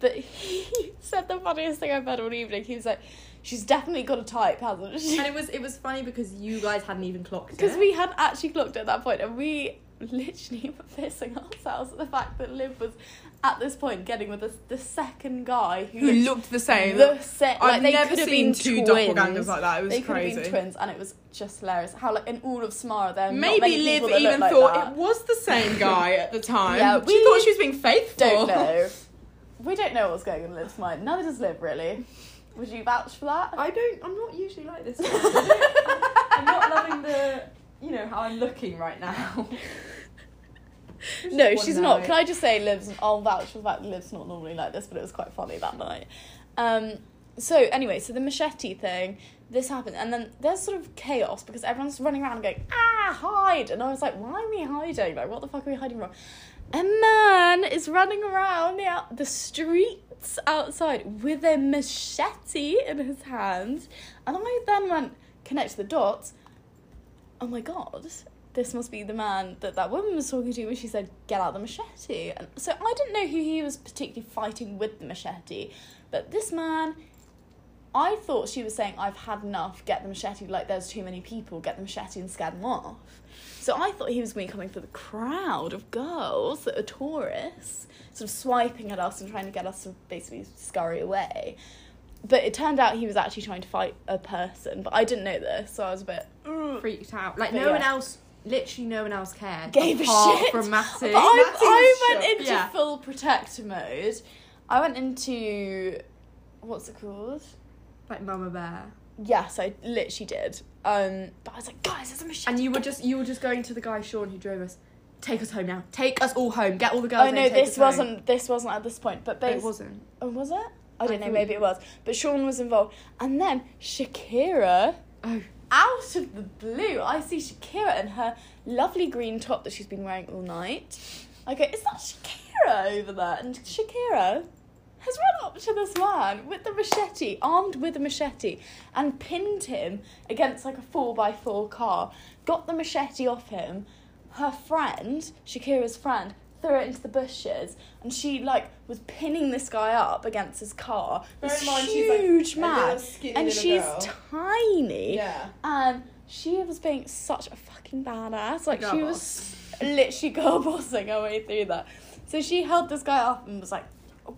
S1: But he said the funniest thing I've heard all evening. He was like, "She's definitely got a type, hasn't she?"
S2: And it was it was funny because you guys hadn't even clocked it.
S1: Because we had actually clocked at that point, and we literally were pissing ourselves at the fact that Liv was at this point getting with us the second guy who,
S3: who
S1: looked
S3: looked the same.
S1: the same.
S3: I've
S1: Like they
S3: never
S1: could have
S3: seen
S1: been
S3: two
S1: twins.
S3: doppelgangers like that. It was
S1: they could
S3: crazy.
S1: have been twins, and it was just hilarious. How like in all of Samara, there are not
S3: Maybe
S1: many
S3: Liv
S1: people that
S3: even
S1: look like
S3: thought
S1: that.
S3: it was the same guy at the time.
S1: Yeah,
S3: she
S1: we
S3: thought she was being faithful.
S1: Don't know. We don't know what's going on in Liv's mind. Neither does Liv really. Would you vouch for that?
S2: I don't. I'm not usually like this. I'm not loving the. You know how I'm looking right now.
S1: No,
S2: One
S1: she's not.
S2: night.
S1: Can I just say, Liv's? I'll vouch for the fact that Liv's not normally like this, but it was quite funny that night. Um, so anyway, so the machete thing, this happened, and then there's sort of chaos because everyone's running around going, ah, hide, and I was like, why are we hiding? Like, what the fuck are we hiding from? A man is running around the out- the streets outside with a machete in his hand, and I then went connect the dots oh my god, this must be the man that that woman was talking to when she said, get out the machete. And so I didn't know who he was particularly fighting with the machete, but this man, I thought she was saying, I've had enough, get the machete, like there's too many people, get the machete and scare them off. So I thought he was going to be coming for the crowd of girls that are tourists, sort of swiping at us and trying to get us to basically scurry away. But it turned out he was actually trying to fight a person, but I didn't know this, so I was a bit.
S4: Mm.
S1: "Ugh."
S2: Freaked out. Like
S1: But
S2: no
S1: yeah.
S2: one else. Literally, no one else cared.
S1: Gave a
S2: apart
S1: shit.
S2: from Matty.
S1: But I,
S3: Matty's
S1: I went
S3: shook.
S1: into
S2: Yeah.
S1: full protector mode. I went into what's it called?
S2: Like Mama Bear.
S1: Yes, I literally did. Um, but I was like, guys, there's a machine.
S2: And you were just you were just going to the guy Sean who drove us. Take us home now. Take us all home. Get all the girls.
S1: Oh
S2: in,
S1: no,
S2: take
S1: this
S2: us home."
S1: wasn't this wasn't at this point, but
S2: But it
S1: bas-
S2: wasn't.
S1: oh, was it? I don't know.
S2: thought
S1: Maybe
S2: you-
S1: it was. But Sean was involved, and then Shakira.
S2: Oh.
S1: Out of the blue, I see Shakira in her lovely green top that she's been wearing all night. I go, is that Shakira over there? And Shakira has run up to this man with the machete, armed with a machete, and pinned him against like a 4x4 car, got the machete off him. Her friend, Shakira's friend, threw it into the bushes, and she like was pinning this guy up against his car.
S3: Bear
S1: this
S3: in mind, she's, like,
S1: huge
S3: a
S1: man,
S3: little skinny
S1: and
S3: little
S1: she's
S3: girl.
S1: tiny.
S3: Yeah.
S1: And Um, she was being such a fucking badass. Like
S2: Girl
S1: she
S2: boss.
S1: was literally girl bossing her way through that. So she held this guy up and was like,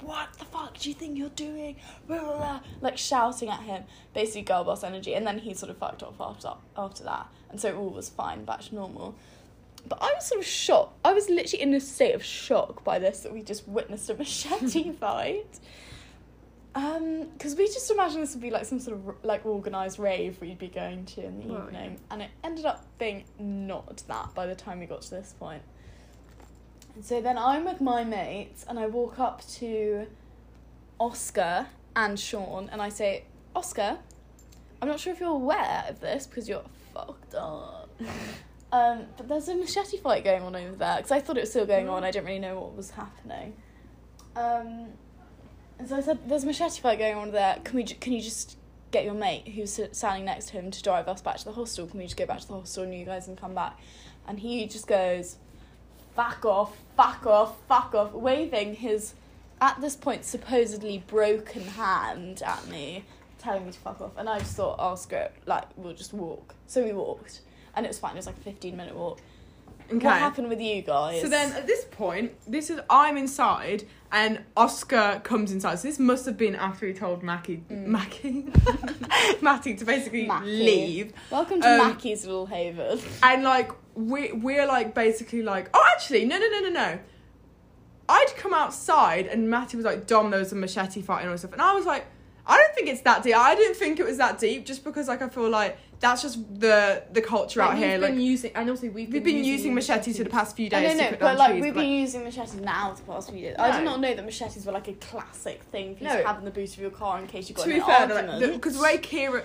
S1: "What the fuck do you think you're doing?" Blah, blah, blah, like shouting at him, basically girl boss energy. And then he sort of fucked off after after that, and so all was fine, back to normal. But I was sort of shocked. I was literally in a state of shock by this that we just witnessed a machete fight. Um, because we just imagined this would be like some sort of r- like organised rave we'd be going to in the
S2: Well,
S1: evening, and it ended up being not that by the time we got to this point. And so then I'm with my mates, and I walk up to Oscar and Sean, and I say, Oscar, I'm not sure if you're aware of this because you're fucked up. um, but there's a machete fight going on over there because I thought it was still going on. I didn't really know what was happening. Um, and so I said, "There's a machete fight going on there. Can we? Ju- can you just get your mate who's s- standing next to him to drive us back to the hostel? Can we just go back to the hostel and you guys can come back?" And he just goes, "Fuck off! Fuck off! Fuck off!" Waving his, at this point, supposedly broken hand at me, telling me to fuck off. And I just thought, "I'll screw it. Like we'll just walk." So we walked, and it was fine. It was like a fifteen minute walk.
S3: Okay.
S1: What happened with you guys?
S3: So then at this point, this is I'm inside and Oscar comes inside. So this must have been after he told Mackie
S1: Mm.
S3: Mackie Matty to basically
S1: Matty.
S3: leave.
S1: Welcome to
S3: um,
S1: Mackie's little haven.
S3: And like we we're like basically like, oh actually, no no no no no. I'd come outside and Matty was like, Dom, there was a machete fight and all this stuff. And I was like, I don't think it's that deep. I didn't think it was that deep just because like I feel like that's just the the culture out
S2: we've
S3: here.
S2: been
S3: Like
S2: using, and also we've been,
S3: we've been using, machetes for the past few
S1: I
S3: days.
S1: don't
S3: to
S1: know,
S3: cut
S1: but
S3: down
S1: like
S3: trees,
S1: we've
S3: but-
S1: been using machetes now the past few years. I did
S3: No.
S1: not know that machetes were like a classic thing for you
S3: No.
S1: to have in the boot of your car in case you got
S3: to
S1: in
S3: be
S1: an
S3: fair,
S1: argument.
S3: because the way Kira,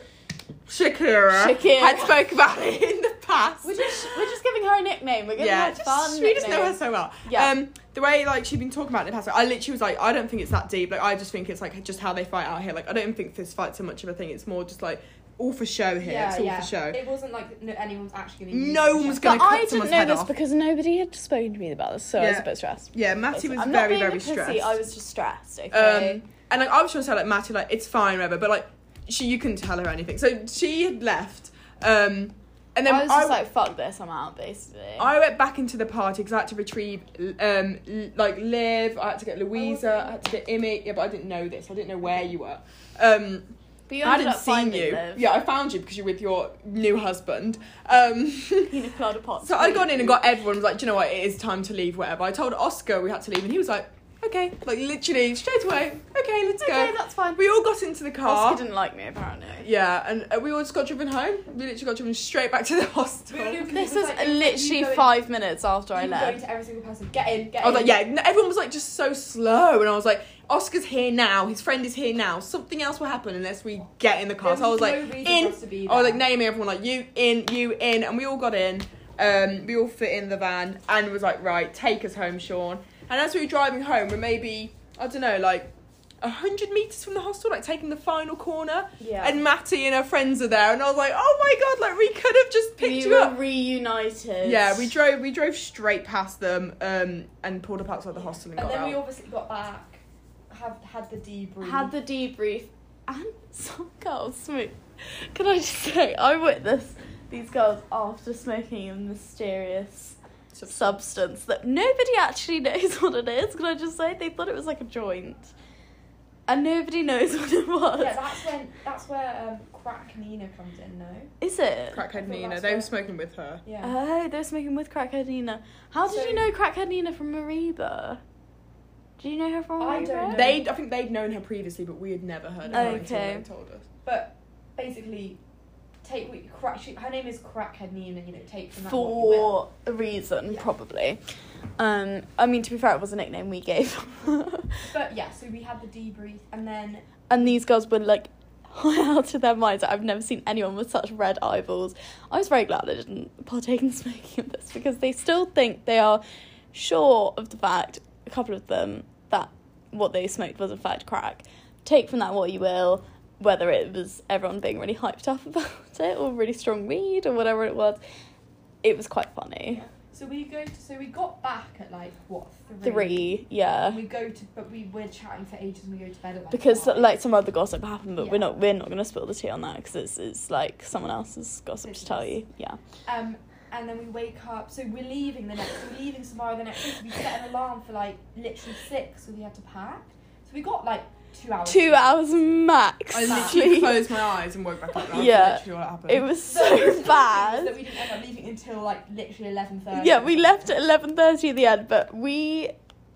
S3: Shakira,
S1: Shakira.
S3: had spoke about it in the past.
S1: we're just we're just giving her a nickname. We're giving
S3: yeah,
S1: her a fun.
S3: just, we just know her
S1: nickname.
S3: so well.
S1: Yeah.
S3: Um, the way like she'd been talking about it in the past, like, I literally was like, I don't think it's that deep. Like, I just think it's like just how they fight out here. Like, I don't even think this fight's so much of a thing. It's more just like all for show here. it's all for show.
S4: It wasn't like no, anyone's actually going to
S3: No one was gonna
S1: But I
S3: cut
S1: didn't
S3: someone's
S1: know
S3: head
S1: this
S3: off.
S1: because nobody had spoken to me about this, so I was
S3: Yeah.
S1: a bit stressed.
S3: yeah, Matty was
S1: I'm not
S3: very
S1: being
S3: very
S1: a pussy,
S3: stressed.
S1: I was just stressed. Okay.
S3: Um, and like I was trying to say, like Matty, like it's fine, whatever. But like she, you couldn't tell her anything. So she had left. Um, and then
S1: I was just like, fuck this, I'm out basically.
S3: I went back into the party because I had to retrieve, um, l- like Liv. I had to get
S1: Oh,
S3: Louisa. I had to get Imi. Yeah, but I didn't know this. I didn't know where you were. Um,
S1: but you
S3: I
S1: ended
S3: didn't
S1: up
S3: see
S1: finding
S3: you.
S1: Liv.
S3: Yeah, I found you because you're with your new husband. Um,
S1: Pina colada pot.
S3: so I got in and got everyone was like, Do you know what? It is time to leave. Whatever. I told Oscar we had to leave, and he was like, Okay, like literally straight away. Okay, let's
S1: Okay,
S3: go.
S1: that's fine.
S3: We all got into the car.
S1: Oscar didn't like me apparently.
S3: yeah, and uh, we all just got driven home. We literally got driven straight back to the hostel.
S1: This is literally five minutes after I
S4: You go
S1: left.
S4: into every single person. Get in. Get
S3: I was
S4: in.
S3: like, yeah, no, everyone was like just so slow, and I was like, Oscar's here now, his friend is here now, something else will happen unless we get in the car.
S4: There
S3: So I was
S4: was
S3: like,
S4: no reason
S3: in,
S4: for us to be
S3: I was
S4: there.
S3: like naming everyone like you in, you in, and we all got in. Um, we all fit in the van, and was like, right, take us home, Sean. And as we were driving home, we're maybe I don't know, like hundred meters from the hostel, like taking the final corner.
S1: Yeah.
S3: And Matty and her friends are there, and I was like, oh my god, like we could have just picked
S1: we
S3: you
S1: were
S3: up.
S1: reunited.
S3: Yeah, we drove we drove straight past them um, and pulled up outside the hostel and,
S4: And
S3: got
S4: then we
S3: out.
S4: obviously got back. Have had the debrief.
S1: had the debrief, and some girls smoke. Can I just say, I witnessed these girls after smoking a mysterious
S3: Substance.
S1: substance that nobody actually knows what it is. Can I just say, they thought it was like a joint, and nobody knows what it was.
S4: Yeah, that's when. That's where um, crack Nina comes in. No.
S1: is it?
S3: Crackhead
S4: I thought
S3: Nina,
S4: that's
S3: they were
S4: what-
S3: smoking with her.
S4: Yeah.
S1: Oh, they were smoking with Crackhead Nina. How did
S4: So-
S1: you know Crackhead Nina from Mariba? Do you know her from
S4: I don't
S1: Mariba?
S4: know.
S3: They, I think they'd known her previously, but we had never heard of her until
S1: Um, Okay.
S3: they told us.
S4: But basically, take what you crack. She, her name is Crackhead Nina. You know, take from that what you will.
S1: for a reason, probably. Um, I mean, to be fair, it was a nickname we gave.
S4: But yeah, so we had the debrief, and then
S1: and these girls were like out of their minds. I've never seen anyone with such red eyeballs. I was very glad I didn't partake in smoking of this because they still think they are sure of the fact, a couple of them, that what they smoked was in fact crack. Take from that what you will, whether it was everyone being really hyped up about it or really strong weed or whatever it was. It was quite funny.
S4: so we go. To, so we got back at like what three.
S1: Three,
S4: And
S1: yeah.
S4: we go to, but we were chatting for ages, and we go to bed at like
S1: Because
S4: five.
S1: like some other gossip happened, but we're
S4: Yeah.
S1: not we're not gonna spill the tea on that because it's it's like someone else's gossip to tell
S4: Business.
S1: you. Yeah.
S4: Um, and then we wake up. So we're leaving the next. We're leaving tomorrow the next day. So we set an alarm for like literally six, so we had to pack. So we got like two hours.
S1: Two
S4: sleep.
S1: hours max.
S3: I literally
S1: sleep.
S3: closed my eyes and woke back up. That was
S1: Yeah.
S3: literally what happened.
S1: It was
S4: So the good
S1: so
S4: thing was That
S1: bad.
S4: we didn't end up leaving until like literally eleven thirty.
S1: Yeah, we left at eleven thirty at the end, but we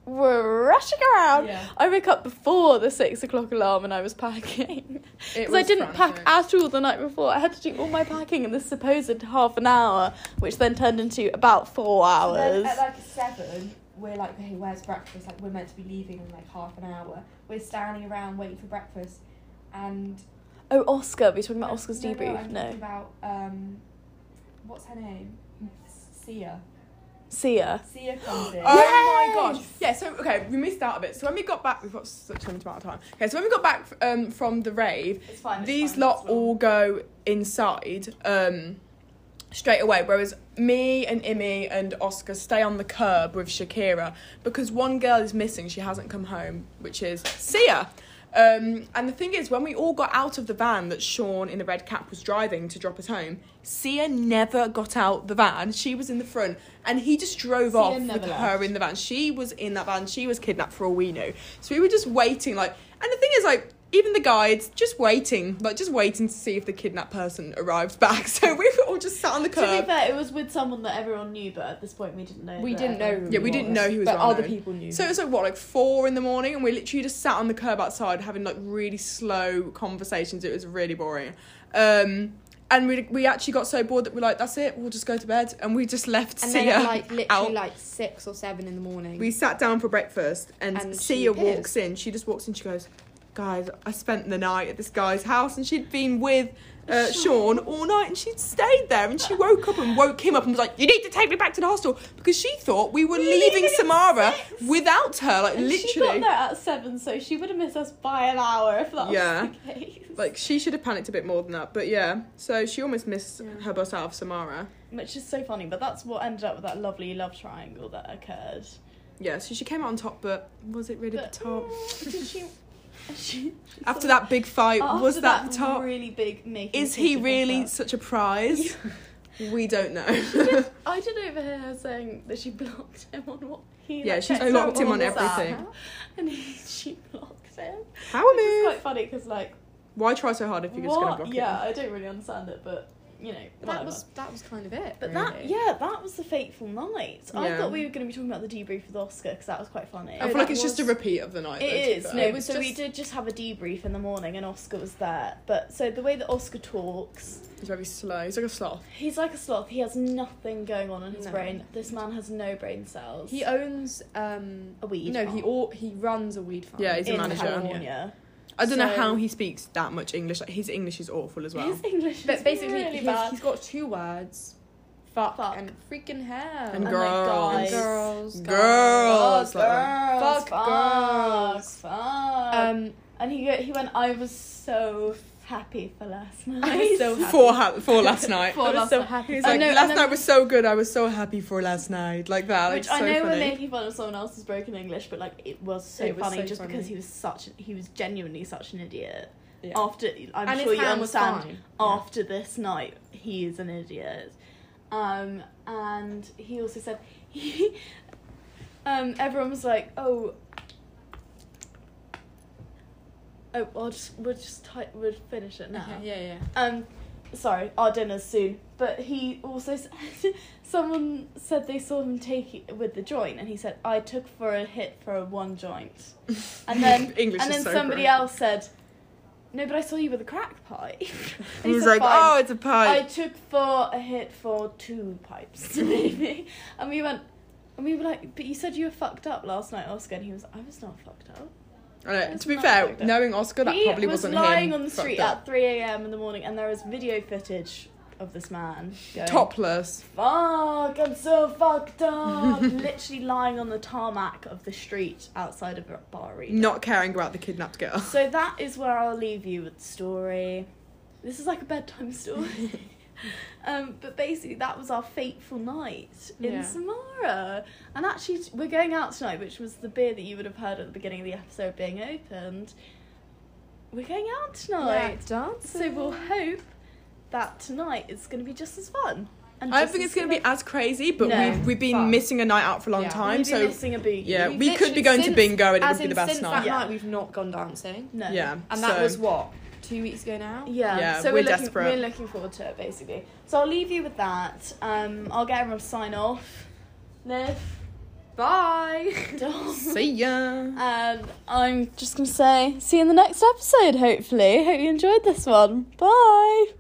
S1: were rushing around.
S4: Yeah.
S1: I woke up before the six o'clock alarm and I was packing. Because I didn't pack at all the night before. I had to do all my packing in this supposed half an hour, which then turned into about four
S4: So
S1: hours.
S4: then at like seven, we're like, hey, where's breakfast? Like, we're meant to be leaving in like half an hour. We're standing around waiting for breakfast, and
S1: Oh, Oscar. Are we talking about Oscar's
S4: no, No,
S1: debrief?
S4: I'm
S1: No.
S4: talking about um, what's her name? Sia.
S1: See ya.
S4: Sia comes in.
S3: Oh my
S1: Yes!
S3: gosh. Yeah, so okay, we missed out a bit. So when we got back, we've got such a limited amount of time. Okay, so when we got back um, from the rave,
S1: It's fine.
S3: these lot all go inside um, straight away, whereas me and Imi and Oscar stay on the curb with Shakira because one girl is missing. She hasn't come home, which is Sia. Um, and the thing is, when we all got out of the van that Sean in the red cap was driving to drop us home, Sia never got out the van. She was in the front, and he just drove
S4: Sia
S3: off
S4: never
S3: with
S4: left.
S3: her in the van. She was in that van. She was kidnapped for all we knew. So we were just waiting, like. And the thing is, like, even the guides just waiting, like, just waiting to see if the kidnapped person arrives back. So we were all just sat on the curb.
S1: To be fair, it was with someone that everyone knew, but at this point we didn't know.
S4: We
S1: that
S4: didn't know
S1: everyone-
S4: who
S3: Yeah, we didn't know who was
S4: but
S3: well
S4: other
S3: known.
S4: people knew.
S3: So it was like what, like four in the morning, and we literally just sat on the curb outside having like really slow conversations. It was really boring. Um, and we we actually got so bored that we're like, that's it, we'll just go to bed, and we just left
S4: and
S3: Sia.
S4: then at like literally
S3: out.
S4: like six or seven in the morning.
S3: we sat down for breakfast, and,
S4: And she
S3: Sia
S4: appeared.
S3: walks in. She just walks in. She goes, "Guys, I spent the night at this guy's house, and she'd been with." Uh, Sean all night, and she'd stayed there, and she woke up and woke him up and was like, "You need to take me back to the hostel," because she thought we were leaving Samara without her, like
S1: And
S3: literally.
S1: She got there at seven, so she would have missed us by an hour if that
S3: Yeah.
S1: was the case.
S3: Like she should have panicked a bit more than that, but yeah. So she almost missed her bus out of Samara.
S1: Which is so funny, but that's what ended up with that lovely love triangle that occurred.
S3: Yeah, so she came out on top, but was it really
S1: But,
S3: the top?
S1: mm, did she, she-
S3: After that big fight,
S1: after
S3: was that, the top?
S1: really big making?
S3: Is
S1: a kid
S3: he
S1: of
S3: really
S1: herself?
S3: such a prize? we don't
S1: She
S3: know.
S1: did- I did overhear her saying that she blocked him on what he.
S3: yeah,
S1: like,
S3: she's
S1: texted
S3: blocked
S1: her
S3: him on
S1: WhatsApp,
S3: everything.
S1: and he, she blocked him.
S3: Power
S1: Which is
S3: move.
S1: quite funny because like
S3: Why try so hard if you're just gonna
S1: what?
S3: block
S1: Yeah,
S3: it?
S1: I don't really understand it, but you know
S4: that
S1: whatever.
S4: was that was kind of it.
S1: But that,
S4: really.
S1: yeah, that was the fateful night. I
S3: Yeah.
S1: thought we were going to be talking about the debrief with Oscar because that was quite funny.
S3: I
S4: Oh,
S3: feel like
S4: that
S3: it's just a
S4: was-
S3: repeat of the night. though, to be
S1: It is.
S3: fair.
S1: No,
S4: It was
S1: so we
S4: just-
S1: did just have a debrief in the morning, and Oscar was there. But so the way that Oscar talks,
S3: He's very slow. He's like a sloth.
S1: he's like a sloth. He has nothing going on in his
S4: No.
S1: brain. This man has no brain cells.
S4: he owns um
S1: a weed.
S4: no he
S1: farm
S4: all he runs a weed farm.
S3: Yeah, he's a
S1: in
S3: manager.
S1: California.
S3: I don't know
S4: So-
S3: how he speaks that much English. Like his English is awful as well.
S1: His English
S4: But
S1: is
S4: basically,
S1: really
S4: he's,
S1: bad.
S4: he's got two words: fuck,
S1: Fuck.
S4: and freaking hell.
S3: And
S1: Oh my
S3: girls.
S1: God.
S4: And girls,
S3: Girls. like that.
S1: girls,
S4: Fuck girls.
S1: fuck.
S4: Um,
S1: and he go, he went. I was so happy for last night.
S4: I was so happy.
S3: For ha- for last night.
S4: For
S1: was
S4: last
S1: so
S4: night.
S3: He's
S1: I
S3: like,
S1: know, and
S3: last
S1: then-
S3: night was so good. I was so happy for last night. Like that.
S1: Which
S3: like,
S1: I
S3: so
S1: know we're
S3: funny.
S1: making fun of someone else's broken English, but like it was so
S4: It was
S1: funny
S4: so
S1: just
S4: funny.
S1: because he was such he was genuinely such an idiot.
S4: Yeah.
S1: After I'm
S4: and
S1: sure
S4: his
S1: you
S4: hand was
S1: understand
S4: fine.
S1: after this night he is an idiot. Um and he also said he um everyone was like, Oh Oh, I'll just we'll just type we'll finish it now.
S4: Okay, yeah, yeah.
S1: Um, sorry, our dinner's soon. But he also said, someone said they saw him take it with the joint, and he said I took for a hit for a one joint, Oh, and then
S3: English
S1: and
S3: is
S1: then
S3: so
S1: somebody
S3: great.
S1: else said, no, but I saw you with a crack pipe.
S3: He was
S1: said,
S3: like,
S1: "Fine."
S3: oh, it's a
S1: I
S3: pie.
S1: took for a hit for two pipes, maybe, and we went. And we were like, but you said you were fucked up last night, Oscar, and he was, I was not fucked up.
S3: I know,
S1: it's
S3: to be
S1: not
S3: fair,
S1: like that.
S3: knowing Oscar, that
S1: he
S3: probably
S1: was
S3: wasn't
S1: lying
S3: him.
S1: on the
S3: Fucked
S1: street
S3: up.
S1: at 3 a.m. in the morning, and there is video footage of this man going,
S3: topless.
S1: Fuck, I'm so fucked up. Literally lying on the tarmac of the street outside of Bari.
S3: Not caring about the kidnapped girl.
S1: So that is where I'll leave you with the story. This is like a bedtime story. um, but basically, that was our fateful night in
S4: Yeah.
S1: Samara. And actually, t- we're going out tonight, which was the beer that you would have heard at the beginning of the episode being opened. We're going out tonight. So we'll hope that tonight is going to be just as fun. And
S3: I don't
S1: just
S3: think
S1: as
S3: it's going to be
S1: good.
S3: as crazy, but
S1: No,
S3: we've, we've been
S4: but-
S3: missing a night out for a long
S4: Yeah.
S3: time.
S1: We'd be
S3: So,
S1: missing a boogie.
S3: yeah,
S4: We've
S3: we could
S4: literally-
S3: be going to
S4: since-
S3: bingo and it
S4: As
S3: would be
S4: in,
S3: the best
S4: since
S3: night.
S4: that
S1: Yeah.
S4: night, we've not gone dancing,
S1: No.
S3: Yeah.
S4: and that
S3: so-
S4: was what two weeks ago now.
S1: Yeah.
S3: Yeah,
S1: so
S3: we're
S1: we're, looking,
S3: desperate.
S1: We're looking forward to it, basically. So I'll leave you with that. Um, I'll get everyone to sign off. Liv,
S2: Bye.
S3: See ya.
S1: Um, I'm just going to say, see you in the next episode, hopefully. Hope you enjoyed this one. Bye.